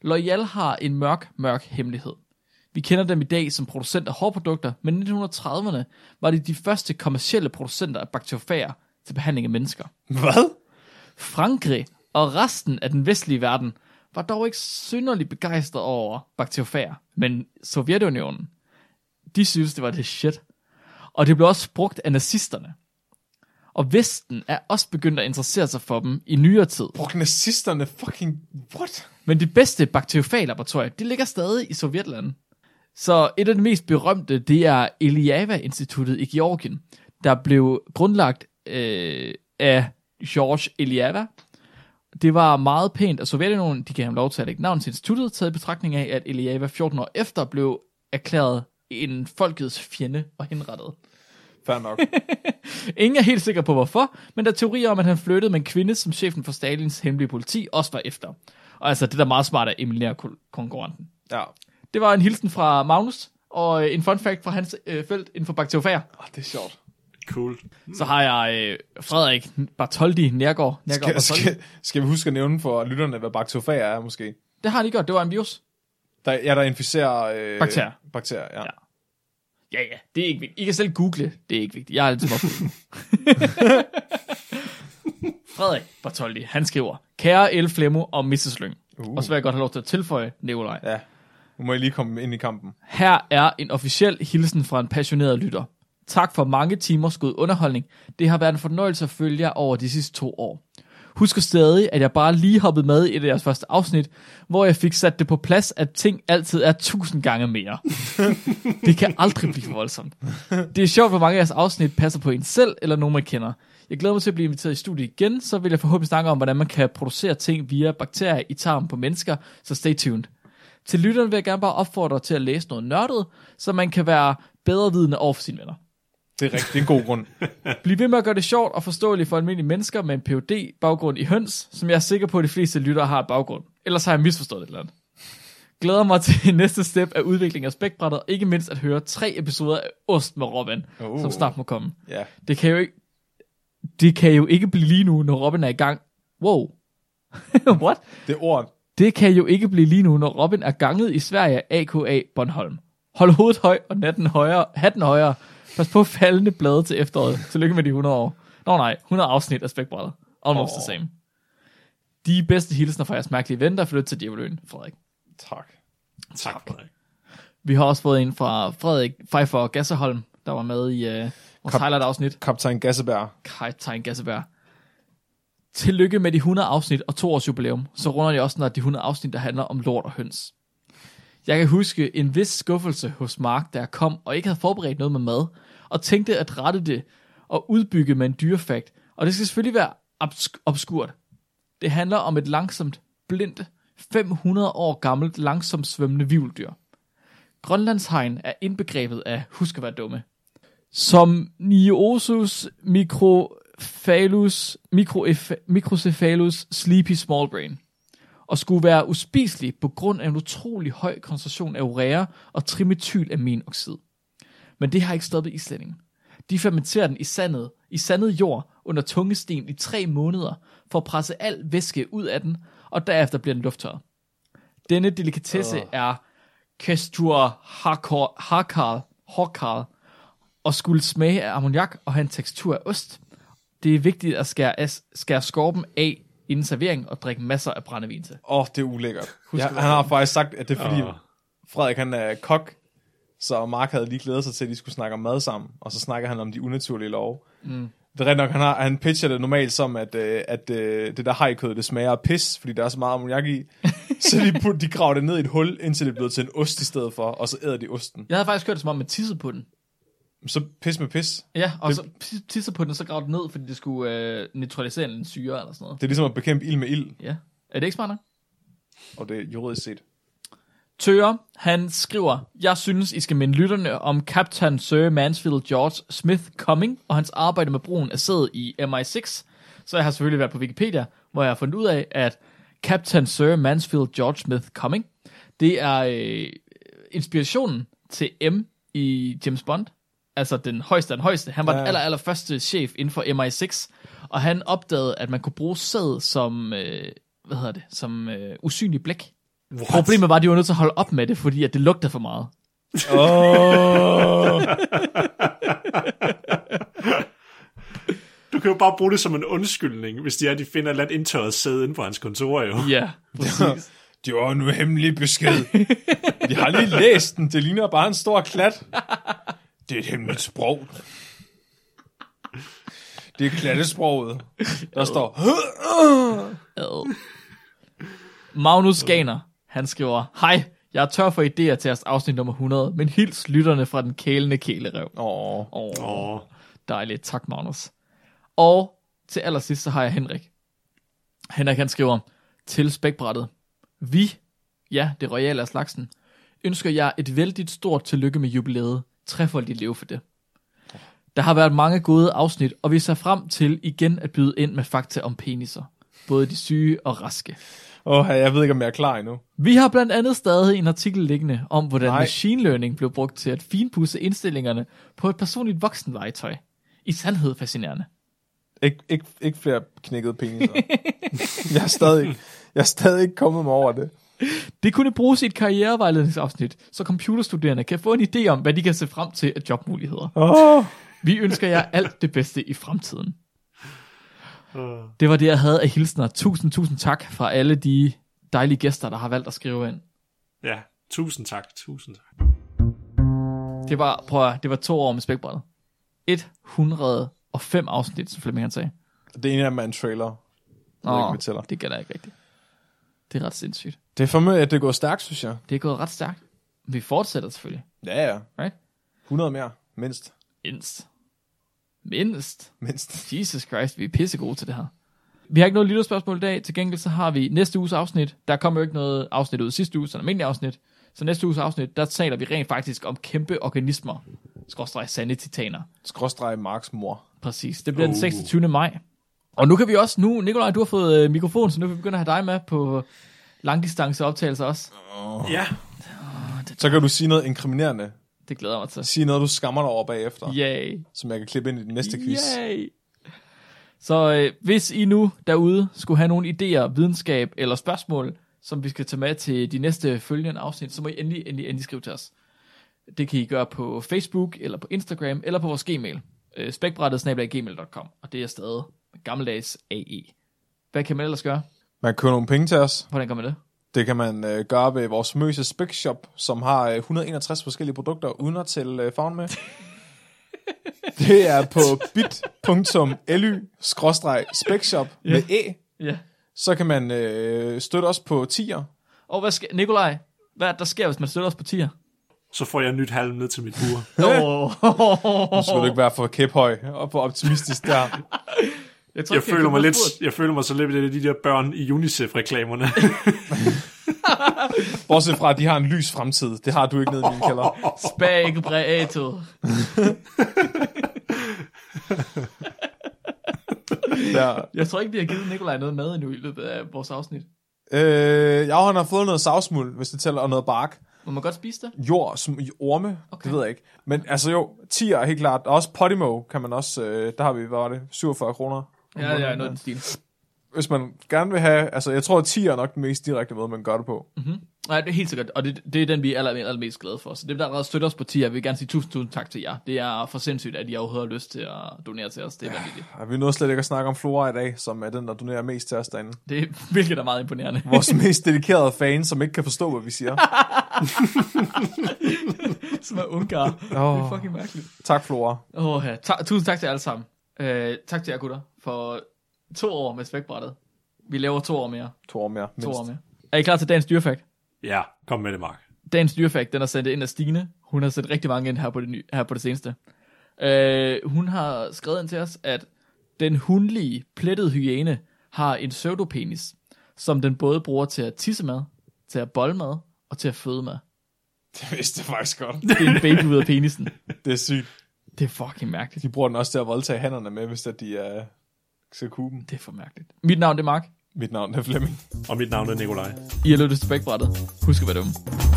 Loyal har en mørk, mørk hemmelighed. Vi kender dem i dag som producent af hårprodukter, men i 1930'erne var de de første kommercielle producenter af bakteriofager til behandling af mennesker. Hvad? Frankrig og resten af den vestlige verden var dog ikke synderligt begejstret over bakteriofager, men Sovjetunionen, de synes det var det shit. Og det blev også brugt af nazisterne. Og Vesten er også begyndt at interessere sig for dem i nyere tid. Brugte nazisterne fucking... What? Men de bedste bakteriofaglaboratorier, de ligger stadig i Sovjetland. Så et af de mest berømte, det er Eliava-instituttet i Georgien, der blev grundlagt øh, af George Eliava. Det var meget pænt, og Sovjetunionen, de gav ham lov til at lægge navn til instituttet, taget i betragtning af, at Eliava 14 år efter blev erklæret en folkets fjende og henrettet. Fair nok. Ingen er helt sikker på hvorfor, men der er teorier om, at han flyttede med en kvinde, som chefen for Stalins hemmelige politi også var efter. Og altså, det der meget smart at eliminere kol- konkurrenten. ja. Det var en hilsen fra Magnus, og øh, en fun fact fra hans øh, felt inden for bakteriofager. Oh, det er sjovt. Cool. Så har jeg øh, Frederik Bartoldi Nærgaard. Nærgaard Skal, Bartoldi. skal, skal vi huske at nævne for lytterne, hvad bakteriofager er, måske? Det har de gjort, det var en virus. Der, ja, der inficerer... Øh, Bakterier. Bakterier, ja. Ja. Ja, ja, det er ikke vigtigt. I kan selv google, det er ikke vigtigt. Jeg er altid op. Frederik Bartoldi, han skriver, Kære El Flemmo og Mrs. Lyng. Uh. Og så vil jeg godt have lov til at tilføje, Nikolaj. ja. Nu må jeg lige komme ind i kampen. Her er en officiel hilsen fra en passioneret lytter. Tak for mange timers god underholdning. Det har været en fornøjelse at følge jer over de sidste to år. husker stadig, at jeg bare lige hoppede med i deres første afsnit, hvor jeg fik sat det på plads, at ting altid er tusind gange mere. det kan aldrig blive for voldsomt. Det er sjovt, hvor mange af jeres afsnit passer på en selv, eller nogen man kender. Jeg glæder mig til at blive inviteret i studiet igen, så vil jeg forhåbentlig snakke om, hvordan man kan producere ting via bakterier i tarmen på mennesker, så stay tuned. Til lytterne vil jeg gerne bare opfordre til at læse noget nørdet, så man kan være bedre vidende over for sine venner. Det er rigtigt, det er en god grund. Bliv ved med at gøre det sjovt og forståeligt for almindelige mennesker med en phd baggrund i høns, som jeg er sikker på, at de fleste lyttere har et baggrund. Ellers har jeg misforstået et eller andet. Glæder mig til næste step af udvikling af spækbrættet, og ikke mindst at høre tre episoder af Ost med Robin, oh. som snart må komme. Ja. Det kan jo ikke, det kan jo ikke blive lige nu, når Robin er i gang. Wow. What? Det er ordet. Det kan jo ikke blive lige nu, når Robin er ganget i Sverige, a.k.a. Bornholm. Hold hovedet høj og natten højere, hatten højere. Pas på faldende blade til efteråret. Tillykke med de 100 år. Nå nej, 100 afsnit af spækbrættet. Almost oh. the same. De bedste hilsner fra jeres mærkelige ven, der flytter til Djæveløen, Frederik. Tak. Tak. Frederik. Vi har også fået en fra Frederik Pfeiffer Gasserholm, der var med i øh, vores Kap- highlight-afsnit. Kaptajn Gasseberg. Kaptajn Gasseberg. Tillykke med de 100 afsnit og to års jubilæum, så runder jeg også snart de 100 afsnit, der handler om lort og høns. Jeg kan huske en vis skuffelse hos Mark, da jeg kom og ikke havde forberedt noget med mad, og tænkte at rette det og udbygge med en dyrefakt. Og det skal selvfølgelig være obsk- obskurt. Det handler om et langsomt, blindt, 500 år gammelt, langsomt svømmende vivldyr. Grønlandshegn er indbegrebet af husk at være dumme som Niosus microphalus, microef, microcephalus sleepy small brain, og skulle være uspiselig på grund af en utrolig høj koncentration af urea og trimethylaminoxid. Men det har ikke stoppet islændingen. De fermenterer den i sandet, i sandet jord under tungesten i tre måneder for at presse al væske ud af den, og derefter bliver den lufttørret. Denne delikatesse uh. er Kestur Harkar, Harkar, Harkar, og skulle smage af ammoniak og have en tekstur af ost. Det er vigtigt at skære, as, skære skorpen af inden servering og drikke masser af brændevin til. Åh, oh, det er ulækkert. Ja, han har faktisk sagt, at det er fordi, Åh. Frederik han er kok, så Mark havde lige glædet sig til, at de skulle snakke om mad sammen, og så snakker han om de unaturlige lov. Mm. Det er rigtigt nok, han, har, han pitcher det normalt som, at, øh, at øh, det der hajkød, det smager af pis, fordi der er så meget ammoniak i. så de, put, de graver det ned i et hul, indtil det er blevet til en ost i stedet for, og så æder de osten. Jeg havde faktisk hørt det som om, man tissede på den. Så pis med pis. Ja, og det... så tis- tissede på den, og så gravede den ned, fordi det skulle øh, neutralisere en syre eller sådan noget. Det er ligesom at bekæmpe ild med ild, Ja. Er det ikke smart nok? og det er juridisk set. Tøre, han skriver, Jeg synes, I skal minde lytterne om Captain Sir Mansfield George Smith Cumming og hans arbejde med brugen af sæd i MI6. Så jeg har selvfølgelig været på Wikipedia, hvor jeg har fundet ud af, at Captain Sir Mansfield George Smith Cumming, det er øh, inspirationen til M i James Bond. Altså den højeste af den højeste. Han var ja. den aller, aller første chef inden for MI6, og han opdagede, at man kunne bruge sæd som, øh, hvad hedder det, som øh, usynlig blæk. What? Problemet var, at de var nødt til at holde op med det, fordi at det lugtede for meget. Du kan jo bare bruge det som en undskyldning, hvis de er, de finder et eller andet indtørret sæde inde på hans kontor, jo. Ja, præcis. Det var en hemmelig besked. Vi har lige læst den. Det ligner bare en stor klat. Det er et hemmeligt sprog. Det er klattesproget. Der står... Ad. Magnus Ganer, han skriver, Hej, jeg er tør for idéer til jeres afsnit nummer 100, men hils lytterne fra den kælende kælerev. Åh, Åh, oh, Åh, dejligt. Tak, Magnus. Og til allersidst, så har jeg Henrik. Henrik, han skriver, Til spækbrættet. Vi, ja, det royale af slagsen, ønsker jer et vældig stort tillykke med jubilæet. Trefoldigt leve for det. Der har været mange gode afsnit, og vi ser frem til igen at byde ind med fakta om peniser. Både de syge og raske. oh, jeg ved ikke, om jeg er klar endnu. Vi har blandt andet stadig en artikel liggende om, hvordan Nej. Nej. machine learning blev brugt til at finpudse indstillingerne på et personligt voksenlegetøj. I sandhed fascinerende. Ik, ikke, ikke flere knækkede peniser. jeg, er stadig, jeg er stadig ikke kommet mig over det. Det kunne bruges i et karrierevejledningsafsnit, så computerstuderende kan få en idé om, hvad de kan se frem til af jobmuligheder. Oh. Vi ønsker jer alt det bedste i fremtiden. Det var det, jeg havde af hilsner. Tusind, tusind tak fra alle de dejlige gæster, der har valgt at skrive ind. ja. Tusind tak, tusind tak. Det var, prøv at, høre, det var to år med spækbrættet. 105 afsnit, som Flemming han sagde. Det ene er med en trailer. Jeg ved ikke, om det tæller. det gælder ikke rigtigt. Det er ret sindssygt. Det er for mig, at det går stærkt, synes jeg. Det er gået ret stærkt. Vi fortsætter selvfølgelig. Ja, ja. Right? 100 mere. Mindst. Mindst. Mindst. Mindst. Jesus Christ, vi er pissegode til det her. Vi har ikke noget lytterspørgsmål i dag. Til gengæld så har vi næste uges afsnit. Der kommer jo ikke noget afsnit ud sidste uge, så en almindelig afsnit. Så næste uges afsnit, der taler vi rent faktisk om kæmpe organismer. Skråstrej sande titaner. Skråstreg Marks mor. Præcis. Det bliver den 26. maj. Og nu kan vi også, nu, Nikolaj, du har fået øh, mikrofon, så nu kan vi begynde at have dig med på langdistanceoptagelser også. Ja, Så kan du sige noget inkriminerende. Det glæder jeg mig til. Sige noget, du skammer dig over bagefter. Yay. Som jeg kan klippe ind i den næste quiz. Yay. Så øh, hvis I nu derude skulle have nogle idéer, videnskab eller spørgsmål, som vi skal tage med til de næste følgende afsnit, så må I endelig, endelig, endelig skrive til os. Det kan I gøre på Facebook, eller på Instagram, eller på vores gmail. Øh, spækbrættet og det er stadig gammeldags AE. Hvad kan man ellers gøre? Man køber nogle penge til os. Hvordan gør man det? Det kan man øh, gøre ved vores famøse Spec Shop, som har øh, 161 forskellige produkter, uden at tælle øh, farven med. det er på bit.ly-specshop med e. Ja. Så kan man øh, støtte os på 10'er. Og hvad sker, Nikolaj, hvad er det, der sker, hvis man støtter os på tier? så får jeg nyt halm ned til mit bur. Oh, Nu skal du ikke være for kæphøj og for optimistisk der. tror, Jeg føler, mig lidt, jeg føler mig så lidt af de der børn i UNICEF-reklamerne. Bortset fra, at de har en lys fremtid. Det har du ikke nede i min kælder. Spækbrættet. Der. Jeg tror ikke, vi har givet Nikolaj noget mad endnu i løbet af vores afsnit. Øh, jeg har fået noget savsmuld, hvis det tæller, og noget bark. Må man godt spise det? jord som i orme, okay. Okay. det ved jeg ikke. Men altså jo, 10 er helt klart. Og også Podimo kan man også, øh, der har vi, hvad var det, 47 kroner. Ja, ja, noget i den stil. Hvis man gerne vil have, altså jeg tror, at 10 er nok den mest direkte måde, man gør det på. Mm. Nej, det er helt sikkert, og det, det er den, vi er aller, allermest glade for. Så dem, der allerede støtter os på tier, vil jeg gerne sige tusind, tusind tak til jer. Det er for sindssygt, at I overhovedet har lyst til at donere til os. Det er vanvittigt. Og vi nåede slet ikke at snakke om Flora i dag, som er den, der donerer mest til os derinde. Det er, hvilket er meget imponerende. Vores mest dedikerede fan, som ikke kan forstå, hvad vi siger. Som er ungar. Det er Oh, fucking mærkeligt. tak Flora. Åh, ja. Ta- tusind tak til jer alle sammen. Øh, tak til jer gutter for to år med spækbrættet. Vi laver to år mere. To år mere. To mindst. år mere. Er I klar til dagens dyrefakt? ja, kom med det, Mark. dagens dyrefakt, den er sendt ind af Stine. Hun har sendt rigtig mange ind her på det, nye, her på det seneste. Øh, hun har skrevet ind til os, at den hundlige, plettede hyæne har en pseudopenis, som den både bruger til at tisse med, til at bolle med og til at føde med. Det vidste jeg faktisk godt. Det er en baby ud af penisen. Det er sygt. Det er fucking mærkeligt. De bruger den også til at voldtage hænderne med, hvis at de er... skal kuben. Det er for mærkeligt. Mit navn det er Mark. Mit navn er Flemming. Og mit navn er Nikolaj. I har lyttet til Spækbrættet. Husk at være dumme.